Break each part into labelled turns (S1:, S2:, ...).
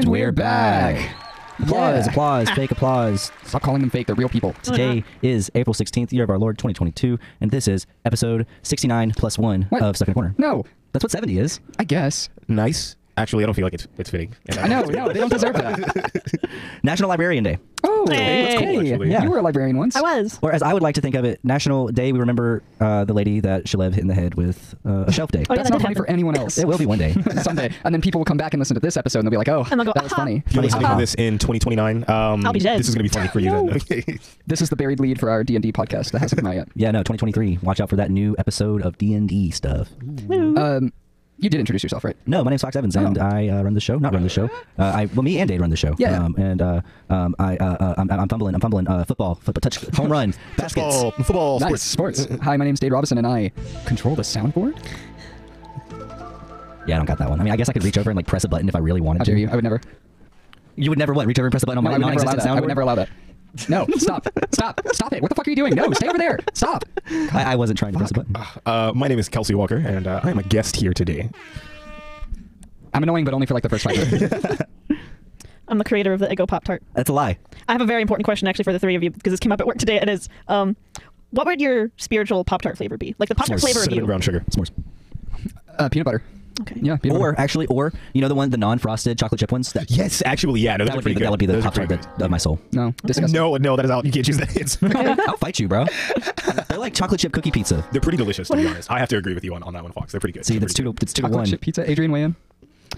S1: back.
S2: Applause,
S1: Yeah.
S2: applause, fake applause.
S1: Stop calling them fake. They're real people.
S2: Today is April 16th, year of our Lord 2022, and this is episode 69 plus 1
S1: What?
S2: of Stuck in a Corner.
S1: No,
S2: That's what 70 is.
S1: I guess.
S3: Nice. Actually, I don't feel like it's it's fitting. And
S1: I know. No, they don't deserve that.
S2: National Librarian Day.
S1: Oh,
S3: Hey, that's cool,
S2: Hey,
S3: actually.
S2: yeah.
S1: you were a librarian once.
S4: I was.
S2: Or as I would like to think of it, National Day, we remember uh, the lady that Shalev hit in the head with uh, a shelf day.
S4: Oh, yeah,
S1: That's
S4: that
S1: not
S4: did
S1: funny
S4: happen.
S1: for anyone else.
S2: It will be one day.
S1: someday, and then people will come back and listen to this episode and they'll be like, "Oh,
S4: And they'll go, "Uh-huh."
S1: that was
S4: "Aha."
S1: funny."
S3: If you're listening
S2: Ah.
S3: to this in 2029, um,
S4: I'll be dead.
S3: this is going to be funny for you then. Okay.
S1: This is the buried lead for our D and D podcast that hasn't come out yet.
S2: Yeah, no, 2023. Watch out for that new episode of D&D stuff.
S1: Um, you did introduce yourself, right?
S2: No, my name's Fox Evans, and
S1: Oh.
S2: I uh, run the show. Not run the show. Uh, I well, me and Dade run the show.
S1: Yeah.
S2: Um, and uh, um, I uh, uh, I'm, I'm fumbling. I'm fumbling. Uh, football, football, touch, home run, baskets.
S3: Football, football,
S1: Nice
S3: sports.
S1: sports. Hi, my name's Dade Robinson, and I control the soundboard.
S2: Yeah, I don't got that one. I mean, I guess I could reach over and like press a button if I really wanted
S1: How
S2: to.
S1: dare you? I would never.
S2: You would never what? Reach over and press a button on
S1: No, I would
S2: my
S1: never allow
S2: non-existent
S1: that. I would
S2: soundboard.
S1: never allow that. No, stop, stop, stop it! What the fuck are you doing? No, stay over there! Stop.
S2: I, I wasn't trying to press a button.
S3: Uh, my name is Kelsey Walker, and uh, I'm a guest here today.
S1: I'm annoying, but only for like the first five minutes.
S4: I'm the creator of the Eggo Pop Tart.
S2: That's a lie.
S4: I have a very important question actually for the three of you because this came up at work today. And is um, what would your spiritual Pop Tart flavor be? Like the Pop Tart
S3: S'mores,
S4: flavor of
S3: cinnamon
S4: you.
S3: brown sugar.
S2: S'mores.
S1: Uh, peanut butter.
S4: Okay.
S1: Yeah, peanut
S2: Or
S1: butter.
S2: actually, or you know the one, the non-frosted chocolate chip ones. That,
S3: Yes, actually, yeah. No,
S2: that
S3: those are
S2: would be
S3: pretty
S2: the,
S3: good.
S2: that would be the
S3: Those
S2: top
S3: are
S2: of,
S3: pretty
S2: the, of my soul.
S1: No,
S3: good.
S1: disgusting.
S3: No, no, that is out. You can't choose that. It's, they're
S2: I'll fight you, bro. They're like chocolate chip cookie pizza.
S3: pretty delicious, to be honest. I have to agree with you on, on that one, Fox. They're pretty good.
S2: See,
S3: They're
S2: that's
S3: pretty
S2: two. To, it's two to
S1: Chocolate
S2: one.
S1: chip pizza. Adrian, weigh in.
S3: good.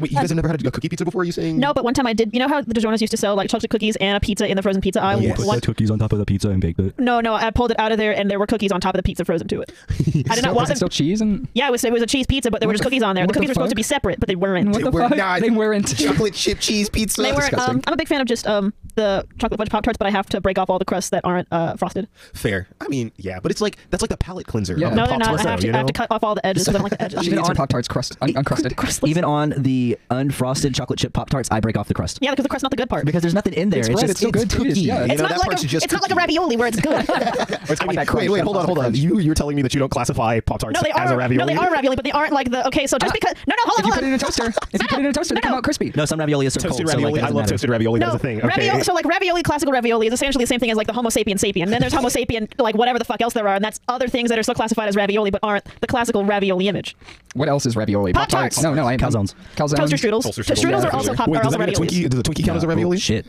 S3: Wait, you guys have never had a cookie pizza before? Are you saying?
S4: No, but one time I did. You know how the DeJournos used to sell like chocolate cookies and a pizza in the frozen pizza
S1: Oh,
S4: aisle.
S3: Yes.
S4: One-
S2: cookies on top of the pizza and baked it.
S4: no, no, I pulled it out of there and there were cookies on top of the pizza frozen to it. I did
S1: Still,
S4: not want
S1: is it
S4: them.
S1: still cheese and
S4: Yeah, it was, it was a cheese pizza, but there were
S1: What
S4: just
S1: the
S4: cookies on there.
S1: f-
S4: The
S1: what the
S4: cookies were supposed
S1: fuck?
S4: to be separate, but they weren't.
S1: what the
S3: We're
S1: fuck?
S3: not-
S1: They weren't.
S3: Chocolate chip cheese pizza.
S4: They weren't.
S1: disgusting.
S4: Um, I'm a big fan of just um, the chocolate fudge pop tarts, but I have to break off all the crusts that aren't uh, frosted.
S3: Fair. I mean, yeah, but it's like that's like the palate cleanser.
S1: Yeah.
S3: of
S1: No,
S3: the
S4: no, they're not.
S3: Pop-Tarts,
S4: I have,
S3: though,
S4: to,
S3: you
S4: I have
S3: know?
S4: to cut off all the edges because I don't like the edges.
S1: She
S2: Even
S1: eats her
S2: on-
S1: Pop Tarts crust un- uncrusted.
S2: Even on the unfrosted chocolate chip pop tarts, I break off the crust
S4: yeah, because the crust's not the good part.
S2: because there's nothing in there.
S1: It's
S2: It's,
S1: bread,
S2: just
S1: it's still good, dude.
S2: cookie.
S1: Yeah.
S2: You
S4: it's
S2: know,
S4: not
S3: that
S4: like
S3: part's
S4: a,
S3: just
S4: it's not like a
S3: cookie.
S4: ravioli where it's good.
S3: It's
S1: like that crunch,
S3: wait, wait,
S1: that
S3: hold on, hold on.
S1: crunch.
S3: You you're telling me that you don't classify Pop Tarts
S4: no, they
S3: as
S4: are.
S3: a ravioli?
S4: No, they are ravioli, but they aren't like the. Okay, so just
S1: Ah.
S4: because no, no, hold on,
S1: If you
S4: hold
S1: put it in
S4: on.
S1: a toaster, if you put it in a toaster, they come out crispy.
S2: No, some ravioli is served
S3: Toasted
S2: cold. so, like,
S3: ravioli.
S2: that
S3: I
S2: doesn't
S3: love
S2: matter.
S3: toasted ravioli. That
S4: No,
S3: was a thing. Okay.
S4: ravioli, so like ravioli, classical ravioli is essentially the same thing as like the Homo sapien sapien. Then there's Homo sapien, like whatever the fuck else there are, and that's other things that are still classified as ravioli but aren't the classical ravioli image.
S1: What else is ravioli?
S4: Pop-Tarts.
S1: No, no, I
S2: Calzones.
S1: Calzones.
S4: Toaster strudels.
S3: Toaster
S4: Strudels
S3: strudel,
S4: are also
S3: ravioli.
S4: pop.
S3: Wait,
S4: are
S3: does
S4: also
S3: that mean a
S4: raviolis.
S3: Twinkie? Does a Twinkie count as a ravioli?
S2: Oh, shit.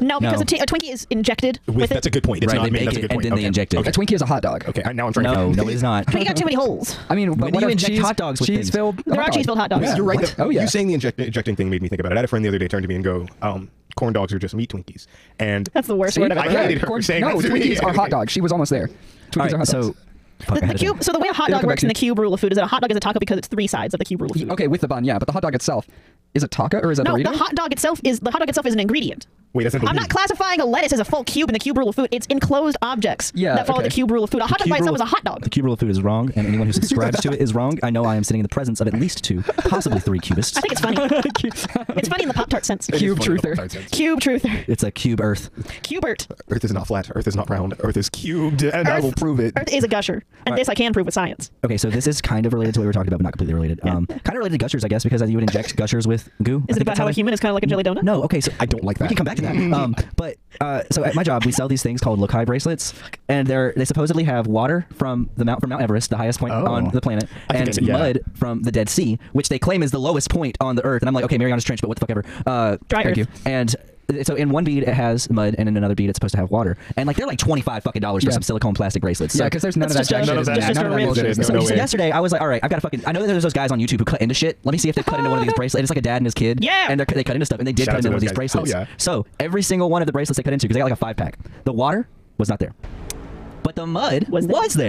S4: No, because
S2: No.
S4: A, t- a Twinkie is injected
S3: With-
S4: with
S3: that's a
S4: it.
S3: good point. It's
S2: Right,
S3: not.
S2: they
S3: made-
S2: bake
S3: that's a
S2: it
S3: good
S2: and
S3: point.
S2: then they
S3: Okay.
S2: inject it.
S3: Okay.
S1: A Twinkie is a hot dog.
S3: Okay, I- now I'm trying.
S2: No,
S3: to
S2: no, it is not.
S4: But you got too many holes.
S1: I mean,
S2: do
S1: but what
S2: you
S1: are
S2: inject
S1: cheese,
S2: hot dogs with
S1: cheese filled?
S4: There are cheese-filled hot dogs.
S1: Yeah,
S3: You're right.
S1: what?
S3: that-
S1: Oh yeah.
S3: You saying the inject, injecting thing made me think about it. I had a friend the other day turn to me and go, um, "Corn dogs are just meat Twinkies," and
S4: That's the worst
S1: See,
S4: word I've
S3: I
S4: ever
S3: hated
S4: heard.
S3: her for
S1: corn-
S3: saying
S1: no,
S3: that to me.
S1: Twinkies are hot dogs. She was almost there. Twinkies
S2: All
S1: are
S2: right,
S1: hot dogs.
S2: so fuck, I
S4: The,
S2: had
S4: the
S2: it.
S4: cube. So the way a hot
S1: It'll
S4: dog
S1: come
S4: works in the
S1: back to
S4: cube rule of food is that a hot dog is a taco because it's three sides of the cube rule of food.
S1: Okay, with the bun, yeah, but the hot dog itself is a taco or is that
S4: No,
S1: burrito?
S4: the hot dog itself is the hot dog itself is an ingredient.
S3: Wait, that's not.
S4: I'm not classifying a lettuce as a full cube in the cube rule of food. It's enclosed objects
S1: Yeah,
S4: that follow
S1: okay.
S4: the cube rule of food. A hot dog by itself is a hot
S2: The
S4: dog.
S2: cube rule of food is wrong, and anyone who subscribes to it is wrong. I know I am sitting in the presence of at least two, possibly three cubists.
S4: I think it's funny. it's funny in the Pop Tart sense.
S1: cube
S3: funny
S1: truther.
S3: about Pop-Tarts, yeah.
S4: Cube truther.
S2: It's a cube Earth.
S4: Cubert.
S3: Earth is not flat. Earth is not round. Earth is cubed, and I
S4: Earth-
S3: will prove it.
S4: Earth is a gusher. And this I can prove with science.
S2: Okay, so this is kind of related to what we were talking about, but not completely related. Um, kind of related to gushers, I guess, because you would inject gushers with goo. I
S4: Is
S2: think
S4: it about
S2: that's
S4: how a
S2: they-
S4: human is kind of like a jelly donut?
S2: No, okay, so
S3: I don't like that.
S2: We can come back to that. Um, but uh, so at my job, we sell these things called lokai bracelets, and they're they supposedly have water from the mount from Mount Everest, the highest point
S3: Oh.
S2: on the planet,
S3: I think
S2: and
S3: I did, yeah.
S2: mud from the Dead Sea, which they claim is the lowest point on the Earth. And I'm like, okay, Mariana's Trench, but what the fuck ever. Uh,
S4: Dry
S2: thank
S4: Earth.
S2: you. And so in one bead it has mud, and in another bead it's supposed to have water. And like they're like twenty five fucking dollars
S1: Yeah.
S2: for some silicone plastic bracelets.
S1: yeah,
S2: So-
S1: because there's none of that
S4: That's
S1: jack
S4: just
S1: shit.
S4: a-
S1: in there.
S4: that's just
S1: None
S4: a
S1: of that
S4: real-
S1: bullshit is
S3: There's
S1: in
S2: So
S1: there.
S3: no
S2: just
S3: way.
S2: yesterday, I was like, all right, I've got to fucking. I know that there's those guys on YouTube who cut into shit. Let me see if they cut into one of these bracelets. It's like a dad and his kid.
S4: Yeah.
S2: And they're, they cut into stuff, and they did
S3: Shout
S2: cut
S3: out to
S2: into one of
S3: those
S2: these
S3: guys.
S2: bracelets.
S3: Hell yeah.
S2: So every single one of the bracelets they cut into, because they got like a five pack, the water was not there. But the mud was
S4: Was
S2: there.
S4: there.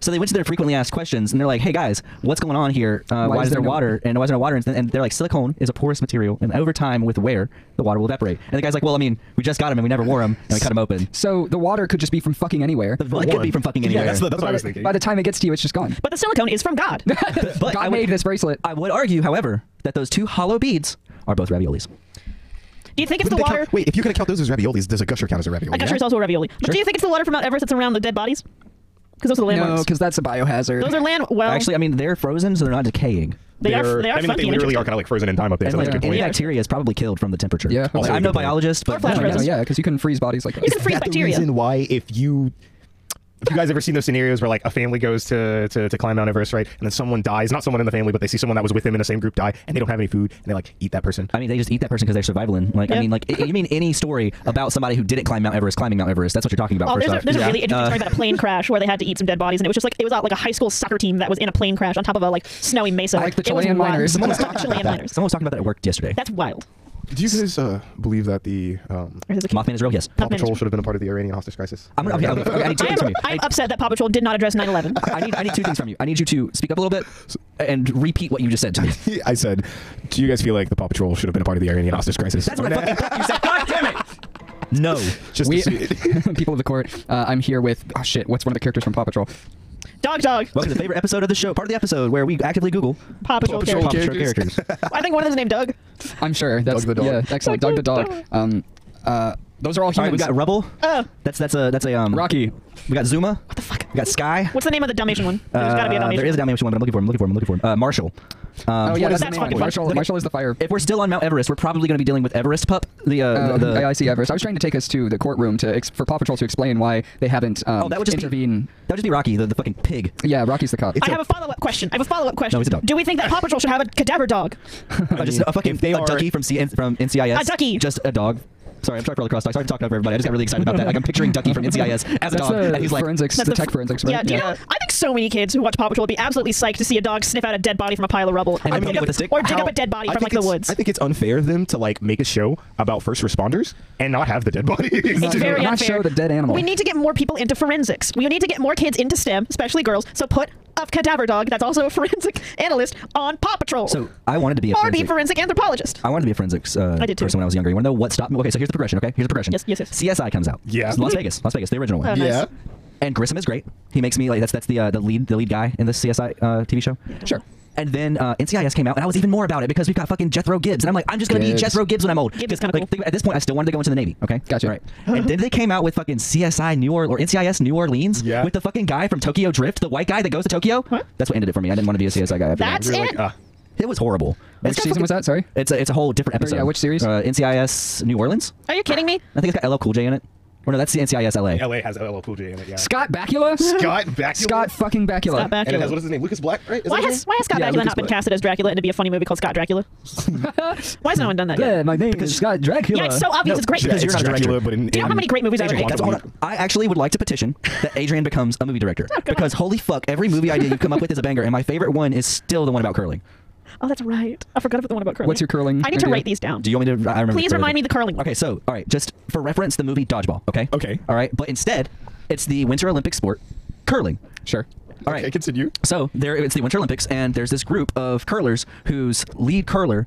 S2: So they went to their frequently asked questions and they're like, hey guys, what's going on here? Uh, why, is there
S1: no-
S2: water? And why is there no water? And th- And they're like, silicone is a porous material. And over time, with wear, the water will evaporate. And the guy's like, well, I mean, we just got him and we never wore him and we cut him open.
S1: So the water could just be from fucking anywhere.
S2: The mud could be from fucking anywhere.
S3: Yeah, that's, the, that's what I was thinking.
S1: By the time it gets to you, it's just gone.
S4: But the silicone is from God.
S2: but
S1: God
S2: I would-
S1: made this bracelet.
S2: I would argue, however, that those two hollow beads are both raviolis.
S4: Do you think it's the
S3: They count-
S4: water?
S3: wait, if you're gonna count those as raviolis, does a gusher count as a ravioli?
S4: A gusher is also a ravioli. But do you think it's the water from Mount Everest that's around the dead bodies? Because those are the
S1: No,
S4: landmarks.
S1: because that's a biohazard.
S4: those are land. Well,
S2: Actually, I mean they're frozen, so they're not decaying.
S4: They are-
S3: They're-
S4: they are
S3: I mean,
S4: funky
S3: they
S4: and
S3: literally
S4: interesting.
S3: are kind of like frozen in time up there.
S2: And
S3: So
S2: like
S3: that's a good
S2: any
S3: point.
S4: Yeah.
S2: bacteria is probably killed from the temperature.
S1: Yeah.
S2: Like,
S3: Also
S2: I'm
S3: a
S2: no
S3: good point.
S2: biologist, but
S4: Or flash
S2: No, no,
S1: No,
S4: frozen.
S1: yeah, because you can freeze bodies like that.
S4: You can freeze
S3: Is that the
S4: bacteria.
S3: reason why if you if you guys ever seen those scenarios where like a family goes to, to to climb Mount Everest, right? And then someone dies, not someone in the family, but they see someone that was with them in the same group die and they don't have any food and they like eat that person.
S2: I mean, they just eat that person because they're survivaling. Like, I
S4: Yeah.
S2: mean, like, I- you mean any story about somebody who didn't climb Mount Everest climbing Mount Everest? That's what you're talking about.
S4: Oh,
S2: first
S4: there's, a,
S2: off.
S4: there's a really interesting
S2: Uh,
S4: story about a plane crash where they had to eat some dead bodies, and it was just like it was uh, like a high school soccer team that was in a plane crash on top of a like snowy mesa.
S1: Like the
S4: It was
S1: Chilean
S4: wild.
S1: miners.
S4: Someone was talking- Chilean miners.
S2: Someone was talking about that at work yesterday.
S4: That's wild.
S3: Do you guys uh, believe that the um,
S4: Or is it-
S2: Mothman is real. Yes.
S3: Paw
S4: Mothman is-
S3: Patrol should have been a part of the Iranian hostage crisis?
S2: I'm gonna. Okay, okay, okay, I need two
S4: I
S2: things from
S4: am,
S2: you.
S4: I'm upset that Paw Patrol did not address 9/11.
S2: I need, I need two things from you. I need you to speak up a little bit and repeat what you just said to me.
S3: I said, do you guys feel like the Paw Patrol should have been a part of the Iranian hostage crisis?
S2: That's what I fucking thought you said. God damn it! No.
S3: Just
S1: We,
S3: to see-
S1: people of the court, uh, I'm here with oh shit. What's one of the characters from Paw Patrol?
S4: Dog, dog.
S2: Welcome to the favorite episode of the show, part of the episode where we actively Google
S4: Paw Patrol characters.
S2: characters.
S4: I think one of them's named Doug.
S1: I'm sure that's
S3: Dog the dog.
S1: Yeah, excellent. Dog the
S4: Dog
S1: dog.
S4: the
S1: Um, uh, those are all
S2: All right,
S1: humans.
S2: we got Rubble.
S4: Uh,
S2: That's that's a that's a um.
S1: Rocky.
S2: We got Zuma.
S4: what the fuck?
S2: We got Sky.
S4: What's the name of the Dalmatian one? There's
S2: Uh,
S4: gotta be a Dalmatian.
S2: There is a Dalmatian one, but I'm looking for him. I'm looking for him. I'm looking for him. Uh, Marshall. Um,
S1: Oh yeah,
S4: what
S1: that's
S4: is that
S1: the main
S4: fucking-
S1: one. Marshall.
S2: Okay.
S1: Marshall is the fire.
S2: If we're still on Mount Everest, we're probably going to be dealing with Everest pup. The, uh,
S1: Uh,
S2: the, the
S1: I, I see Everest. I was trying to take us to the courtroom to ex- for Paw Patrol to explain why they haven't um,
S2: Oh, that would just
S1: intervene.
S2: be that would just be Rocky, the, the fucking pig.
S1: Yeah, Rocky's the cop.
S4: I have a follow up question. I have a follow up question.
S2: No, he's a dog.
S4: Do we think that Paw Patrol should have a cadaver dog?
S2: Uh, just a fucking
S3: if they
S2: a
S3: are-
S2: ducky from C- from NCIS.
S4: A ducky.
S2: Just a dog. Sorry, I'm trying to roll across. Sorry, I'm talking over everybody. I just got really excited about that. Like I'm picturing Ducky from NCIS as a
S1: that's
S2: dog,
S1: the
S2: and he's like,
S1: forensics,
S4: That's
S1: the,
S4: the
S1: tech
S4: f-
S1: forensics, right?
S4: Yeah, do you know? I think so many kids who watch Paw Patrol would be absolutely psyched to see a dog sniff out a dead body from a pile of rubble,
S2: And
S4: or,
S2: hit
S4: dig
S2: it
S4: up,
S2: with a stick.
S4: or dig
S3: How-
S4: up a dead body
S3: I
S4: from like
S3: think
S4: the
S3: it's-
S4: woods.
S3: I think it's unfair of them to like make a show about first responders and not have the dead bodies.
S4: It's
S1: No,
S4: very
S1: not
S4: unfair.
S1: show the dead animal.
S4: We need to get more people into forensics. We need to get more kids into STEM, especially girls. So put a cadaver dog that's also a forensic analyst on Paw Patrol.
S2: so I wanted to be a
S4: or be
S2: forensic.
S4: a forensic anthropologist.
S2: I wanted to be a forensics uh,
S4: I did too.
S2: person when I was younger. You want to know what stopped me? Okay, so here's the progression. Okay, here's the progression.
S4: Yes, yes, yes.
S2: CSI comes out.
S3: Yeah.
S2: Las Vegas, Las Vegas, the original one.
S4: Oh, nice.
S3: yeah.
S2: And Grissom is great. He makes me like that's that's the uh, the lead the lead guy in the CSI uh, TV show.
S1: Sure.
S2: And then uh, NCIS came out, and I was even more about it because we've got fucking Jethro Gibbs, and I'm like, I'm just gonna be
S1: Gibbs.
S2: Jethro Gibbs when I'm old.
S4: Gibbs is
S2: 'Cause,
S4: kinda
S2: like,
S4: cool.
S2: think- At this point, I still wanted to go into the Navy. Okay,
S1: Gotcha.
S2: Right. and then they came out with fucking CSI New Orleans or NCIS New Orleans
S3: Yeah.
S2: with the fucking guy from Tokyo Drift, the white guy that goes to Tokyo.
S4: Huh?
S2: That's what ended it for me. I didn't want to be a CSI guy. After that.
S4: That's
S3: You're
S4: it.
S3: like, ah.
S2: It was horrible.
S1: Which
S2: It's got
S1: season was that? Sorry.
S2: It's a, it's a whole
S1: Or,
S2: different
S1: yeah,
S2: episode.
S1: which series?
S2: Uh, NCIS New Orleans.
S4: Are you kidding me?
S2: I think it's got LL Cool J in it. Or no, that's the NCIS LA.
S3: LA has LL Cool J in it. Yeah.
S1: Scott Bakula.
S3: Scott Bakula.
S1: Scott fucking Bakula.
S4: Scott Bakula.
S3: And it has what is his name? Lucas Black, right? Is
S4: Why
S3: that his
S4: has, why has Scott
S1: Yeah,
S4: Bakula
S1: Lucas
S4: not been
S1: Black.
S4: casted as Dracula and to be a funny movie called Scott Dracula? why has no one done that
S1: Yeah,
S4: yet?
S1: my name is Scott Dracula.
S4: Yeah, it's so obvious.
S2: No,
S4: it's great.
S2: because
S3: Yeah,
S2: you're not
S3: it's
S2: a director.
S3: Dracula, but in,
S4: Do you know how
S3: in
S4: many great movies I
S3: Adrian
S4: would-
S2: That's
S3: Quantum.
S2: what I I actually would like to petition that Adrian becomes a movie
S4: Oh,
S2: director because holy fuck, every movie idea you come up with is a banger, and my favorite one is still the one about curling.
S4: Oh, that's right. I forgot about the one about curling.
S1: What's your curling
S4: I need to
S1: idea?
S4: write these down.
S2: Do you want me to? I remember.
S4: Please
S2: the-
S4: remind me the curling one.
S2: Okay, so all right, just for reference, the movie Dodgeball. Okay.
S3: Okay.
S2: All right, but instead, it's the Winter Olympic sport, curling.
S1: Sure.
S2: All right.
S3: Okay, continue.
S2: So there, it's the Winter Olympics, and there's this group of curlers whose lead curler,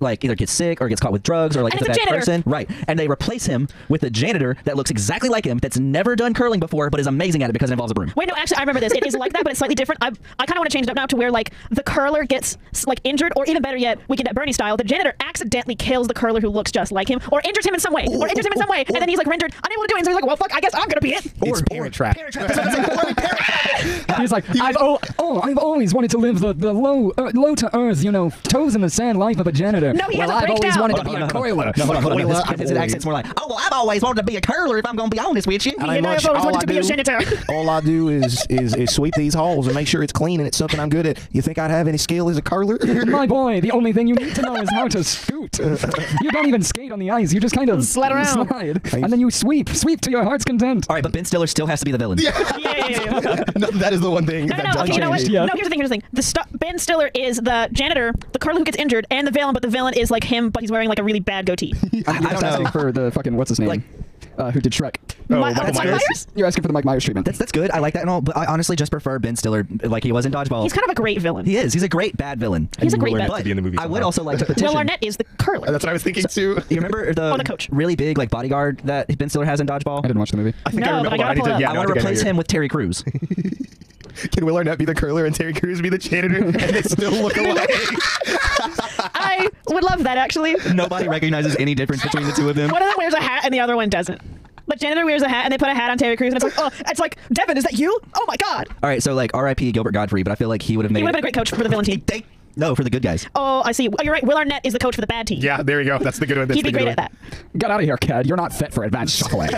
S2: like either gets sick or gets caught with drugs or like
S4: And
S2: is a
S4: it's
S2: bad
S4: a janitor.
S2: person, right? And they replace him with a janitor that looks exactly like him, that's never done curling before, but is amazing at it because it involves a broom.
S4: Wait, no, actually, I remember this. It is like that, but it's slightly different. I, I kind of want to change it up now to where like the curler gets like injured, or even better yet, Weekend at Bernie style, the janitor accidentally kills the curler who looks just like him, or injures him in some way, or injures him in some way, and then he's like rendered unable to do it. And so he's like, well, fuck, I guess I'm gonna be it.
S3: It's Parent Trap.
S1: He's like, I've oh, oh, I've always wanted to live the, the low uh, low to earth, you know, toes in the sand life of a janitor.
S4: No, he
S1: well,
S4: has a
S1: I've always
S4: breakdown.
S1: wanted
S2: Hold
S1: to be
S2: on,
S1: a
S2: hold on, hold
S1: coiler.
S2: on. No, hold on, hold on.
S3: Coiler,
S2: This-
S3: I've
S2: His, his
S3: always-
S2: accent's more like, oh, well, I've always wanted to be a curler if I'm going to be honest with you.
S4: You know, I've always wanted to be a janitor.
S5: all I do is, is is sweep these halls and make sure it's clean and it's something I'm good at. You think I'd have any skill as a curler?
S1: My boy, the only thing you need to know is how to scoot. you don't even skate on the ice. You just kind of
S4: Slide around.
S1: slide, and then you sweep, sweep to your heart's content.
S2: All right, but Ben Stiller still has to be the villain.
S4: Yeah, yeah, yeah, yeah.
S3: no, that is the one thing.
S4: No,
S3: that
S4: no, no.
S3: does
S4: Okay, you know what?
S3: change.
S1: Yeah.
S4: No, here's the thing. Here's the thing. The stu Ben Stiller is the janitor, the curler who gets injured, and the villain. But the villain is like him, but he's wearing like a really bad goatee.
S1: I'm
S2: I don't
S1: just asking
S2: know.
S1: for the fucking what's his name,
S2: Like-
S1: uh, who did Shrek.
S3: Oh,
S4: My-
S3: Michael
S4: Mike
S3: Myers?
S4: Myers?
S1: You're asking for the Mike Myers treatment.
S2: That's that's good. I like that and all, but I honestly just prefer Ben Stiller like he was in Dodgeball.
S4: He's kind of a great villain.
S2: he is. He's a great bad villain.
S4: He's a great
S3: learn
S4: bad.
S3: to be in the movie
S2: I would
S3: somehow.
S2: also like to petition.
S4: Will Arnett is the curler.
S3: That's what I was thinking too.
S2: You remember the,
S4: the coach.
S2: really big like bodyguard that Ben Stiller has in Dodgeball?
S1: I didn't watch the movie.
S3: I think
S4: No,
S3: I remember.
S4: but I gotta
S3: need
S4: pull it
S3: to,
S4: up.
S3: yeah,
S2: I
S3: no,
S2: want to
S3: think know
S2: replace
S3: you.
S2: him with Terry Crews.
S3: Can Will Arnett be the curler and Terry Crews be the janitor, and they still look alike?
S4: I would love that actually.
S2: Nobody recognizes any difference between the two of them.
S4: One of them wears a hat and the other one doesn't. The janitor wears a hat and they put a hat on Terry Crews and it's like, oh, it's like, Devin, is that you? Oh my god.
S2: Uh, All right, so like R.I.P. Gilbert Godfrey, but I feel like he would have made.
S4: He would have been a great coach for the villain team.
S2: They No, for the good guys.
S4: Oh, I see. Oh, you're right. Will Arnett is the coach for the bad team.
S3: Yeah, there you go. That's the good one. That's
S4: He'd be
S3: the good
S4: great
S3: one.
S4: at that.
S1: Get out of here, kid. You're not fit for advanced chocolate.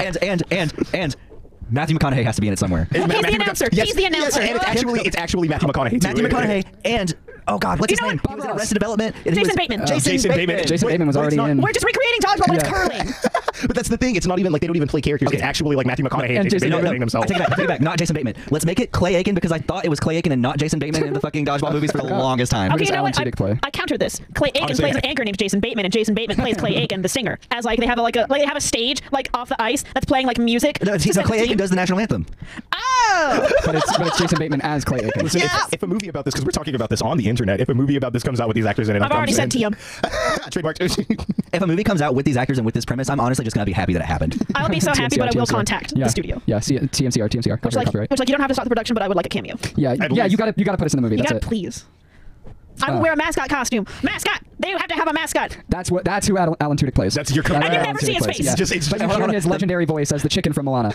S2: and and and and Matthew McConaughey has to be in it somewhere.
S3: It's Ma-
S4: He's the
S3: Matthew
S4: announcer.
S3: McCona-
S4: He's the announcer.
S3: Yes, and it's actually it's actually Matthew McConaughey. too.
S2: Matthew
S3: It-
S2: McConaughey and oh god, what's
S4: You
S2: his
S4: know
S2: name?
S4: what?
S2: He was in Arrested Development. and he
S4: Jason
S2: was-
S4: Bateman.
S3: Jason,
S2: Jason
S3: Bateman.
S2: Bateman.
S1: uh, Jason
S3: Wait,
S1: Bateman was
S3: wait,
S1: already
S3: it's not-
S1: in.
S4: We're just recreating dodgeball, but it's
S1: Yeah.
S4: curling.
S3: But that's the thing. It's not even like they don't even play characters. It's actually like Matthew McConaughey and
S1: And
S3: Jason
S1: Jason-
S2: No, no,
S3: Bateman
S2: no. I
S3: himself.
S2: take it back. I take it back. Not Jason Bateman. Let's make it Clay Aiken because I thought it was Clay Aiken and not Jason Bateman in the fucking dodgeball movies for the longest time.
S4: Okay,
S1: does
S4: you know
S1: Alan
S4: what? I,
S1: Tudyk play?
S4: I counter this. Clay Aiken
S3: Honestly,
S4: plays
S3: I-
S4: an anchor named Jason Bateman, and Jason Bateman plays Clay Aiken, the singer. As like they have a, like a like they have a stage like off the ice that's playing like music.
S2: No, so
S4: specific
S2: Clay
S4: to
S2: Aiken
S4: you.
S2: does the national anthem.
S4: Oh,
S1: but, it's, but it's Jason Bateman as Clay Aiken.
S3: Listen, if-
S4: Yeah.
S3: if, a movie about this, because we're talking about this on the internet, if a movie about this comes out with these actors in it,
S4: I've already said TM.
S3: Trademark.
S2: If a movie comes out with these actors and with this premise, I'm honestly just gonna be happy that it happened.
S4: I'll be so happy, but I will
S1: TMCR.
S4: contact
S1: yeah.
S4: the studio.
S1: Yeah, see, TMCR, TMCR. Copyright,
S4: Which like,
S1: copyright.
S4: which like you don't have to stop the production, but I would like a cameo. You
S1: yeah,
S3: At
S1: yeah,
S3: least-
S1: you gotta you gotta put us in the movie. That's
S4: gotta
S1: it.
S4: please. I
S1: Uh,
S4: will wear a mascot costume. Mascot. They have to have a mascot.
S1: That's what. That's who Alan, Alan Tudyk plays.
S3: That's your
S1: who
S3: And you
S1: Alan
S4: never
S1: Tudyk
S4: see his
S1: plays,
S4: face.
S1: yeah.
S3: It's just- it's-
S1: but
S2: hold
S1: you
S2: on,
S1: hear
S2: hold on.
S1: his legendary voice as the chicken from Moana.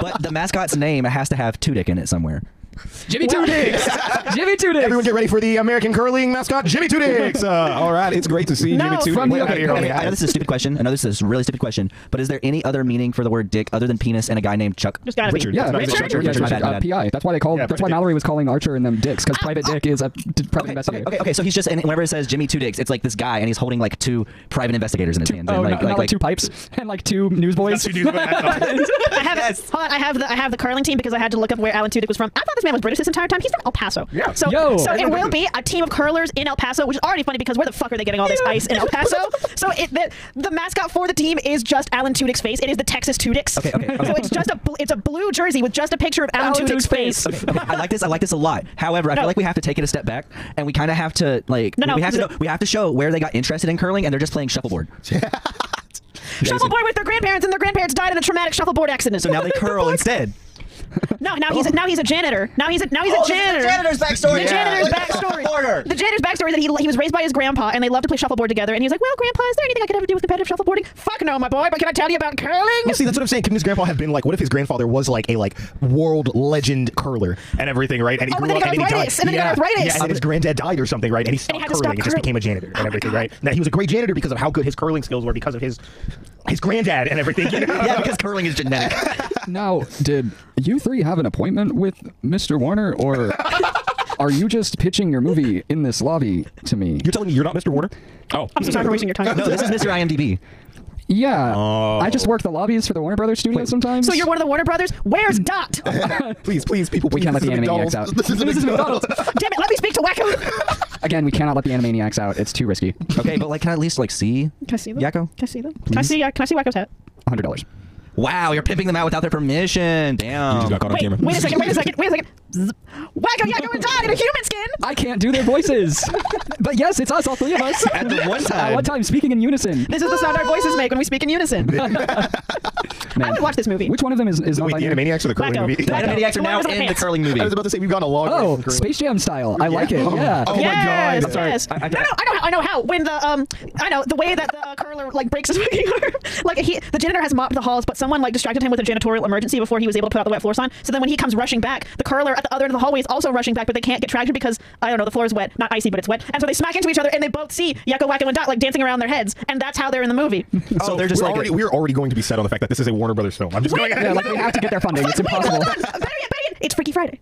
S2: but the mascot's name has to have Tudyk in it somewhere.
S1: Jimmy Tudyk. Jimmy Tudyk.
S3: Everyone get ready for the American curling mascot, Jimmy Two Dicks. Uh,
S5: all right, it's great to see
S4: No,
S5: Jimmy Tootie.
S1: from the-
S5: Outta here,
S1: okay,
S5: homie.
S2: I know this is a stupid question. I know this is a really stupid question. But is there any other meaning for the word dick other than penis and a guy named Chuck?
S4: Just gotta
S3: Richard.
S4: be.
S1: Yeah,
S3: That's
S1: Richard,
S3: right. Richard,
S1: yeah,
S3: Richard,
S1: Richard,
S2: my bad, my
S1: uh,
S2: bad.
S1: PI. That's why they called.
S3: Yeah,
S1: that's why
S3: Private
S1: Mallory was calling Archer and them dicks
S4: Ah.
S1: because Private Dick is a d- private
S2: Okay,
S1: investigator.
S2: okay, okay, so he's just and whenever it says Jimmy Two Dicks, it's like this guy and he's holding like two private investigators in his hand.
S1: Oh,
S2: and,
S1: not, not like, two pipes and like two newsboys.
S3: Two dudes with mascots.
S4: I have hold on, I have the I have the curling team because I had to look up where Alan Tudyk was from. I thought this man was British this entire time. He's from El Paso.
S3: Yeah.
S4: So
S1: Yo.
S4: so
S1: I
S4: it will be a team of curlers in El Paso, which is already funny because where the fuck are they getting all this ice in El Paso? so it the, the mascot for the team is just Alan Tudyk's face. It is the Texas Tudyks.
S2: Okay, okay, okay.
S4: So it's just a bl- it's a blue jersey with just a picture of Alan,
S1: Alan Tudyk's
S4: Tudyk's face.
S1: face.
S2: Okay, I like this. I like this a lot. However, I
S4: No.
S2: feel like we have to take it a step back, and we kind of have to like
S4: No, no,
S2: we have to
S4: no.
S2: know, we have to show where they got interested in curling, and they're just playing shuffleboard.
S4: Shuffleboard with their grandparents, and their grandparents died in a traumatic shuffleboard accident.
S2: So now they curl instead.
S4: No, now he's a, now he's a janitor. Now he's a now he's a janitor.
S2: backstory.
S4: The Oh, janitor's backstory. The janitor's backstory is that he he was raised by his grandpa and they loved to play shuffleboard together. And he was like, "Well, grandpa, is there anything I could ever do with competitive shuffleboarding? Fuck no, my boy. But can I tell you about curling?
S3: Well, see, that's what I'm saying. Couldn't his grandpa have been like? What if his grandfather was like a like world legend curler and everything, right? And he
S4: Oh, and then he got
S3: and died.
S4: arthritis, and then he got
S3: yeah.
S4: arthritis.
S3: Yeah, and then his granddad died or something, right? And he stopped
S4: he had to
S3: curling
S4: stop
S3: and just
S4: curling. Oh,
S3: became a janitor and everything, right? Now he was a great janitor because of how good his curling skills were because of his his granddad and everything. You know?
S2: yeah, because curling is genetic.
S1: Now, did you three have an appointment with Mr. Warner, or are you just pitching your movie in this lobby to me?
S3: You're telling me you're not Mr. Warner? Oh,
S4: I'm so sorry for wasting your time.
S2: No, this is Mr. IMDb.
S1: Yeah,
S3: Oh.
S1: I just work the lobbies for the Warner Brothers studio sometimes.
S4: so you're one of the Warner Brothers. Where's Dot? Damn
S3: please, please, people,
S1: We
S3: please,
S1: can't let
S3: this
S1: the
S3: is
S1: Animaniacs
S3: McDonald's.
S1: out.
S3: This is
S1: This is
S3: McDonald's.
S4: it! Let me speak to Wacko. Can
S1: Again, we cannot let the Animaniacs out. It's too risky.
S2: Okay, but like, can I at least like see?
S4: I see them?
S2: Yakko? Oh,
S4: Can I see them? Can I see? Uh, can I see Wacko's hat?
S1: Hundred dollars.
S2: Wow, you're pimping them out without their permission. Damn.
S4: Wait, wait a second. Wait a second. Wait a second. Zzz. Wacko, Yakko, and Dot in a human skin.
S1: I can't do their voices, but yes, it's us, all three of us.
S2: At the one
S1: At
S2: time.
S1: one time, speaking in unison.
S4: This is the sound our voices make when we speak in unison. I would watch this movie.
S1: Which one of them is is not
S3: Wait, the
S1: by name?
S3: Animaniacs or the curling
S4: Wacko.
S3: movie?
S2: The Animaniacs are now
S4: Whatever's in the
S2: in the
S4: pants.
S2: curling movie.
S3: I was about to say we've gone a long way.
S1: Oh,
S3: from curling.
S1: Space Jam style. I like it. Yeah.
S3: Oh my
S4: yes,
S3: God. Sorry.
S4: Yes.
S2: I- I-
S4: no, no, I know, I know how. When the um, I know the way that the curler like breaks his fucking arm. like he, the janitor has mopped the halls, but someone like distracted him with a janitorial emergency before he was able to put out the wet floor sign. So then when he comes rushing back, the curler at the other end of the hallway is also rushing back, but they can't get traction because I don't know, the floor is wet, not icy, but it's wet, and so they smack into each other and they both see Yakko, Wacko, and Dot like dancing around their heads, and that's how they're in the movie.
S1: Oh,
S2: so Oh, they're just
S3: we're
S2: like
S3: already, we're already going to be set on the fact that this is a Warner Brothers film. I'm just going.
S1: Yeah, like we have to get their funding. It's impossible.
S4: Better yet, better yet, it's Freaky Friday.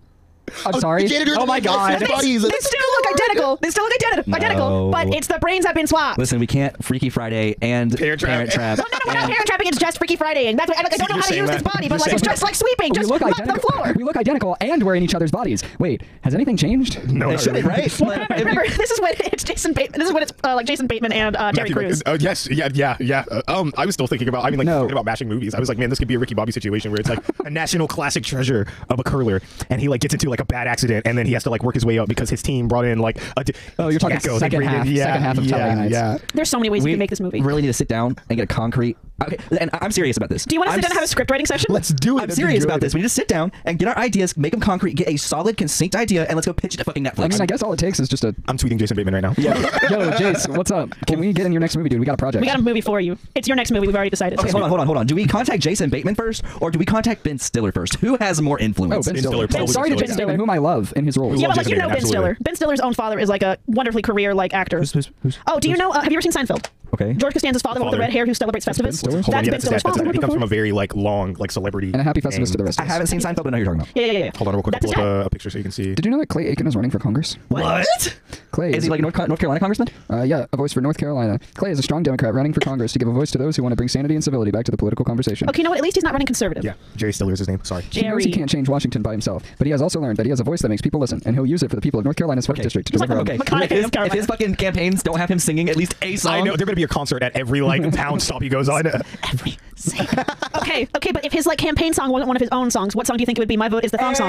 S1: I'm sorry.
S3: Oh my God.
S4: They, they still look identical. They still look identi- identical,
S2: No.
S4: but it's the brains have been swapped.
S2: Listen, we can't Freaky Friday and
S3: Parent
S2: Parent
S3: Trap.
S2: Trap.
S4: No, no, no, we're not
S2: and-
S4: parent trapping. It's just freaky Fridaying. That's why I, like, I don't know
S3: You're
S4: how to
S3: saying
S4: use
S3: that.
S4: this body,
S3: You're
S4: but like it's
S3: saying-
S4: just like sweeping. Just mop the floor.
S1: We look identical, and we're in each other's bodies. Wait, has anything changed?
S3: No,
S2: They
S3: not
S2: should be,
S3: really.
S2: right? Like,
S4: Remember,
S2: if you-
S4: remember, this is when it's Jason Bateman. This is when it's uh, like Jason Bateman and uh, Terry
S3: Matthew
S4: Crews.
S3: Bacon- Oh yes, yeah, yeah, yeah. Uh, um, I was still thinking about. I mean, like
S1: No.
S3: thinking about mashing movies. I was like, man, this could be a Ricky Bobby situation where it's like a national classic treasure of a curler, and he like gets into like a bad accident, and then he has to like work his way up because his team brought in like a. Di-
S1: Oh, you're talking
S3: Yakko, they
S1: second
S3: bring in-
S1: half-
S3: yeah,
S1: second half of
S3: yeah,
S1: Talladega Nights.
S3: Yeah.
S4: There's so many ways you can make this movie.
S2: really need to sit down and get a concrete. Okay, and I- I'm serious about this.
S4: Do you want to
S2: I'm
S4: sit down and have a
S2: s-
S4: script writing session?
S3: Let's do it.
S2: I'm
S3: That'd be
S2: serious
S3: good.
S2: about this. We need to sit down and get our ideas, make them concrete, get a solid, concise idea, and let's go pitch it to fucking Netflix.
S1: I mean, I guess all it takes is just a.
S3: I'm tweeting Jason Bateman right now.
S1: Yo, Jace, what's up? Can we get in your next movie, dude? We got a project.
S4: We got a movie for you. It's your next movie. We've already decided.
S2: Okay, hold on, hold on, hold on. Do we contact Jason Bateman first, or do we contact Ben Stiller first? Who has more
S1: Oh,
S2: influence?
S1: Ben Stiller.
S3: Stiller, Ben
S1: Sorry to
S3: Stiller.
S1: Ben
S4: Stiller.
S1: whom I love in his roles.
S4: yeah, but
S3: loves
S4: like you
S3: Jason
S4: know Ben
S3: Bateman,
S4: Stiller.
S3: absolutely.
S4: Ben Stiller's own father is like a wonderfully career-like actor.
S2: Who's- who's- who's-
S4: oh, do you
S2: who's-
S4: know? Uh, have you ever seen Seinfeld?
S2: Okay.
S4: George Costanza's father, with the
S3: Father.
S4: red hair, who celebrates
S1: Ben
S4: Festivus.
S1: Stiller? Hold
S3: Hold on,
S4: That's Ben
S3: yeah, that's his dad.
S4: Stiller's
S3: That's his
S4: father.
S3: dad. He comes from a very like long like celebrity.
S1: and a happy festivus to the
S3: gang.
S1: rest
S2: I
S1: of us.
S2: haven't seen Seinfeld, but I know who you're talking about.
S4: Yeah, yeah, yeah, yeah.
S3: Hold on, real quick.
S4: That's
S3: I'll
S4: his
S3: pull
S4: dad.
S3: up a, a picture so you can see.
S1: Did you know that Clay Aiken is running for Congress?
S2: What?
S1: Clay
S2: Is he like North, Ca- North Carolina congressman?
S1: Uh, yeah, a voice for North Carolina. Clay is a strong Democrat running for Congress to give a voice to those who want to bring sanity and civility back to the political conversation.
S4: Okay, you know what? At least he's not running conservative.
S3: Yeah, Jerry Stiller is his name. Sorry.
S1: He knows he
S4: Jerry.
S1: can't change Washington by himself, but he has also learned that he has a voice that makes people listen, and he'll use it for the people of North Carolina's first district. to
S4: Just like
S1: deliver
S4: a-
S1: on.
S4: okay. McConaughey
S2: If his,
S4: of Carolina.
S2: if his fucking campaigns don't have him singing at least a song,
S3: I know there's gonna be a concert at every like town stop he goes on.
S4: Every single- okay, okay, but if his like campaign song wasn't one of his own songs, what song do you think it would be? My vote is the thong song.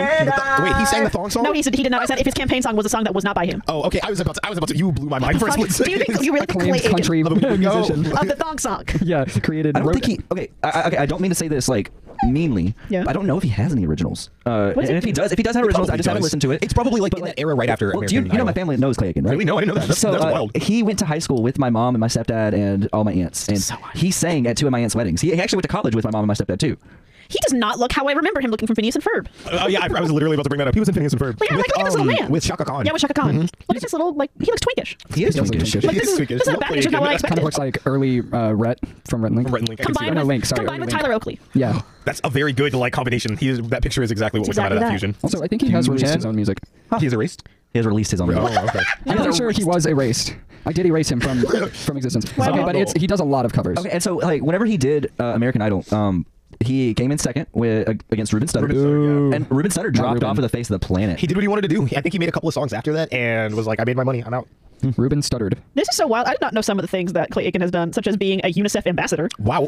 S3: Wait, he sang the thong song.
S4: No, he said he did not. I said if his campaign song was a song that was not by him.
S3: Oh, okay. I was about to. I was about to. You blew my mind for a split
S4: Do you
S3: second.
S4: think you really think Clay
S1: Acclaimed
S4: Aiken
S1: country
S3: Let me go.
S1: musician.
S4: of the thong song?
S1: Yeah, created.
S2: I don't
S1: wrote-
S2: think he. Okay, I, I, okay, I don't mean to say this like meanly.
S4: Yeah.
S2: but I don't know if he has any originals. Uh,
S4: What does
S2: and
S4: it
S2: if he
S4: do?
S2: does, if he does have originals, I
S3: probably
S2: just haven't
S3: does.
S2: listened to it.
S3: It's probably, like,
S2: But,
S3: in that era right after
S2: Well, do you,
S3: American
S2: you know, my
S3: Idol.
S2: family knows Clay Aiken, right?
S3: Really? No, I didn't know that. That's-
S2: so
S3: that's
S2: uh,
S3: wild.
S2: he went to high school with my mom and my stepdad and all my aunts, and
S4: So wild.
S2: he sang at two of my aunt's weddings. He, he actually went to college with my mom and my stepdad too.
S4: He does not look how I remember him looking from Phineas and Ferb.
S3: Oh yeah, I, I was literally about to bring that up. He was in Phineas and Ferb.
S4: But yeah,
S3: with,
S4: like, look
S3: um,
S4: at this little man.
S3: with Shaka Khan.
S4: Yeah, with Shaka Khan. Look at this little like he looks twinkish.
S2: He is
S1: He doesn't
S2: Swedish.
S1: think he
S4: Like this is,
S3: Twinkish.
S4: this is a
S3: Lovely
S4: bad picture of not what I
S3: again.
S1: kind
S4: expected.
S3: That's
S1: of looks like early uh, Rhett from Rhett and Link.
S3: Rhett and Link, I can see
S4: combined
S1: no,
S3: that.
S4: with,
S1: Link, sorry,
S4: combined with
S1: Link.
S4: Tyler Oakley.
S1: Yeah.
S3: That's a very good like combination. He is, that picture is exactly what
S4: It's
S3: would come out of that,
S4: exactly
S3: fusion.
S4: that.
S1: Also, I think he has released his own music.
S3: He's Oh, erased.
S2: He has released his own.
S3: Oh,
S2: album.
S3: okay.
S1: I'm
S2: He's
S1: pretty sure he
S2: erased.
S1: was erased. I did erase him from from existence. Okay, but it's, he does a lot of covers.
S2: Okay, and so like whenever he did uh, American Idol, um, he came in second with ag- against Ruben Studdard,
S3: Ruben Studdard, yeah.
S2: and Ruben Studdard dropped
S1: Ruben.
S2: off of the face of the planet.
S3: He did what he wanted to do. I think he made a couple of songs after that and was like, I made my money. I'm out.
S1: Ruben stuttered.
S4: This is so wild. I did not know some of the things that Clay Aiken has done, such as being a UNICEF ambassador,
S3: Wow.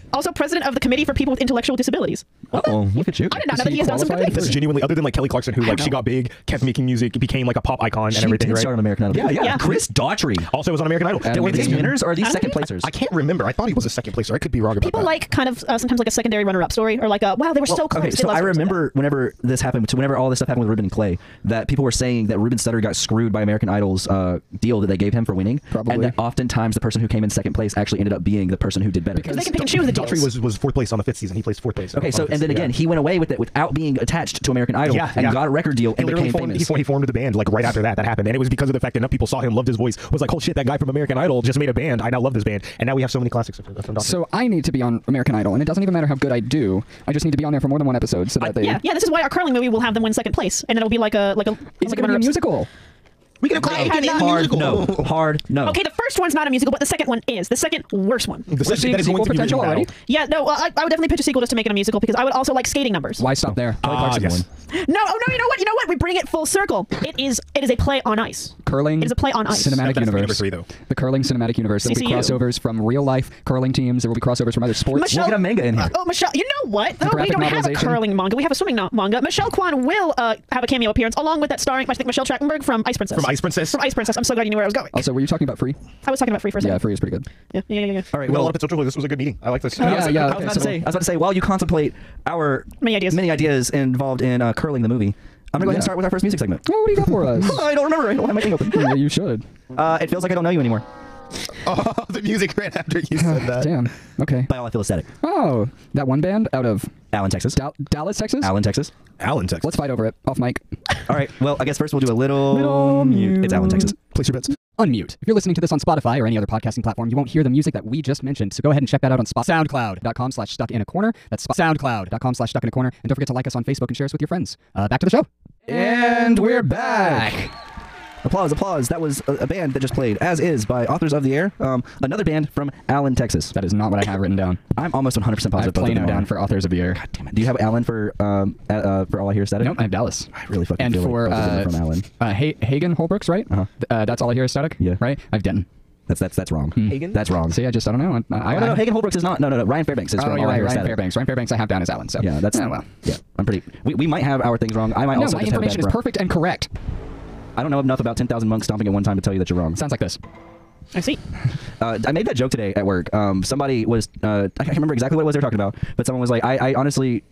S4: also president of the Committee for People with Intellectual Disabilities.
S2: oh, look at you!
S4: I did not
S1: Is
S4: know that
S1: he
S4: he has done some good
S1: qualified
S4: things.
S3: That's genuinely other than like Kelly Clarkson, who like she got big, kept making music, became like a pop icon
S2: She
S3: and everything.
S2: did
S3: right?
S2: start on American Idol.
S3: Yeah, yeah.
S4: Yeah.
S2: Chris Daughtry.
S3: Also was on American Idol.
S1: And
S2: Were these
S1: Maybe.
S2: winners or are these
S4: I don't
S2: second
S4: know.
S2: placers?
S3: I can't remember. I thought he was a second placer. I could be wrong about
S4: People
S3: that.
S4: like kind of uh, sometimes like a secondary runner-up story, or like a wow, they were so close.
S2: Okay,
S4: They
S2: so
S4: love
S2: I
S4: stories like
S2: remember whenever this happened, to whenever all this stuff happened with Ruben and Clay, that people were saying that Ruben Studdard got screwed by American Idol's uh, deal that they gave him for winning,
S1: Probably.
S2: and that oftentimes the person who came in second place actually ended up being the person who did better.
S4: that. 'Cause they can pick and choose the
S3: Daughtry
S4: deals.
S3: was, was fourth place on the fifth season. He placed fourth place.
S2: okay,
S3: on
S2: so
S3: the
S2: and then
S3: fifth,
S2: again,
S3: yeah.
S2: he went away with it without being attached to American Idol and got a record deal
S3: He
S2: and
S3: literally
S2: became
S3: formed, he
S2: famous.
S3: formed- He, formed the band like right after that. That happened, and it was because of the fact that enough people saw him, loved his voice, was like, "Oh shit, that guy from American Idol just made a band. I now love this band." And now we have so many classics. From Dr.
S1: So I need to be on American Idol, and it doesn't even matter how good I do. I just need to be on there for more than one episode so that they.
S4: Yeah, yeah. This is why our curling movie will have them win second place, and it'll be like a like a.
S1: It's going to
S4: like
S1: be a
S4: runner-up.
S1: musical.
S3: we can apply
S4: Aiken in the
S2: hard no, hard no.
S4: Okay, the first one's not a musical, but the second one is the second worst one.
S3: The
S1: We're
S3: second-
S1: seeing
S3: that is going
S1: sequel
S3: to be
S1: potential
S3: written
S1: already.
S3: down.
S4: Yeah, no, I, I would definitely pitch a sequel just to make it a musical because I would also like skating numbers.
S1: Why stop there?
S2: Kelly
S3: Ah,
S2: Clarkson
S3: yes.
S2: won.
S4: No, oh no, you know what? You know what? We bring it full circle. It is it is a play on ice.
S1: curling.
S4: It is a play on ice.
S1: Cinematic
S3: That's number
S1: universe.
S3: three, though.
S1: The curling cinematic universe. There will be
S4: CCU.
S1: crossovers from real life curling teams. There will be crossovers from other sports.
S4: Michelle-
S2: We'll get a manga in here.
S4: Oh, Michelle, you know what? Though we
S1: graphic
S4: don't have a
S1: novelization.
S4: curling manga. We have a swimming no- manga. Michelle Kwan will uh, have a cameo appearance along with that starring, I think, Michelle Trachtenberg from Ice Princess.
S3: From Ice Princess?
S4: From Ice Princess. I'm so glad you knew where I was going.
S1: Also, were you talking about free?
S4: I was talking about Free for a second.
S1: Yeah, free is pretty good.
S4: Yeah, yeah, yeah, yeah.
S2: All right,
S3: We got a lot
S2: well,
S3: of potential. This was a good meeting. I like this.
S1: Yeah,
S2: I was,
S1: yeah,
S2: I was about
S1: so-
S2: to say. I was about to say. While you contemplate our
S4: Many ideas.
S2: many ideas involved in uh, curling the movie, I'm gonna go ahead and
S1: Yeah.
S2: start with our first music segment.
S1: Oh, what do you got for us?
S2: I don't remember. I don't have my thing open.
S1: Yeah, you should.
S2: Uh, it feels like I don't know you anymore.
S3: Oh, the music ran after you said that.
S1: Damn. Okay.
S2: By all I feel aesthetic.
S1: Oh, that one band out of
S2: Allen, Texas.
S1: Dal- Dallas, Texas.
S2: Allen, Texas.
S3: Alan, Texas.
S1: Let's fight over it. Off mic.
S2: All right. Well, I guess first we'll do a little.
S1: Little
S2: mute. It's Allen,
S1: mute.
S2: Texas.
S3: place your bets.
S1: Unmute. If you're listening to this on Spotify or any other podcasting platform, you won't hear the music that we just mentioned. So go ahead and check that out on Spot- SoundCloud.com slash stuck in a corner. That's Spot- SoundCloud.com slash stuck in a corner. And don't forget to like us on Facebook and share us with your friends. Uh, back to the show.
S2: And we're back. Applause, applause. That was a, a band that just played, as is by Authors of the Air, um, another band from Allen, Texas.
S1: That is not what I have written down.
S2: I'm almost 100% positive.
S1: I have
S2: both of
S1: Plano
S2: them are.
S1: down for authors of the year.
S2: Damn it. Do you have Allen for um, uh, uh, for all I hear static?
S1: Nope, I have Dallas.
S2: I really fucking
S1: And
S2: feel
S1: for
S2: like both of them
S1: uh,
S2: are from Allen.
S1: uh, Ha- Hagen Holbrooks, right?
S2: Uh-huh.
S1: Th- Uh, that's all I hear is static.
S2: Yeah.
S1: Right. I have Denton.
S2: That's that's that's wrong.
S1: Hagen?
S2: That's wrong.
S1: See, I just I don't know. I, I,
S2: oh, no,
S1: I-
S2: no, Hagen Holbrooks is not. No, no, no. Ryan Fairbanks is
S1: Oh,
S2: from
S1: you're
S2: all I
S1: right.
S2: hear
S1: Ryan
S2: static.
S1: Fairbanks. Ryan Fairbanks. I have down as Allen. So
S2: Yeah, that's
S1: oh, well.
S2: Yeah, I'm pretty. We, we might have our things wrong. I might
S1: No,
S2: also
S1: my
S2: just have
S1: information
S2: bad
S1: is
S2: bra-
S1: perfect and correct.
S2: I don't know enough about 10,000 monks stomping at one time to tell you that you're wrong.
S1: Sounds like this.
S4: I see.
S2: Uh, I made that joke today at work. Um, somebody was, uh, I can't remember exactly what it was they were talking about, but someone was like, I, I honestly,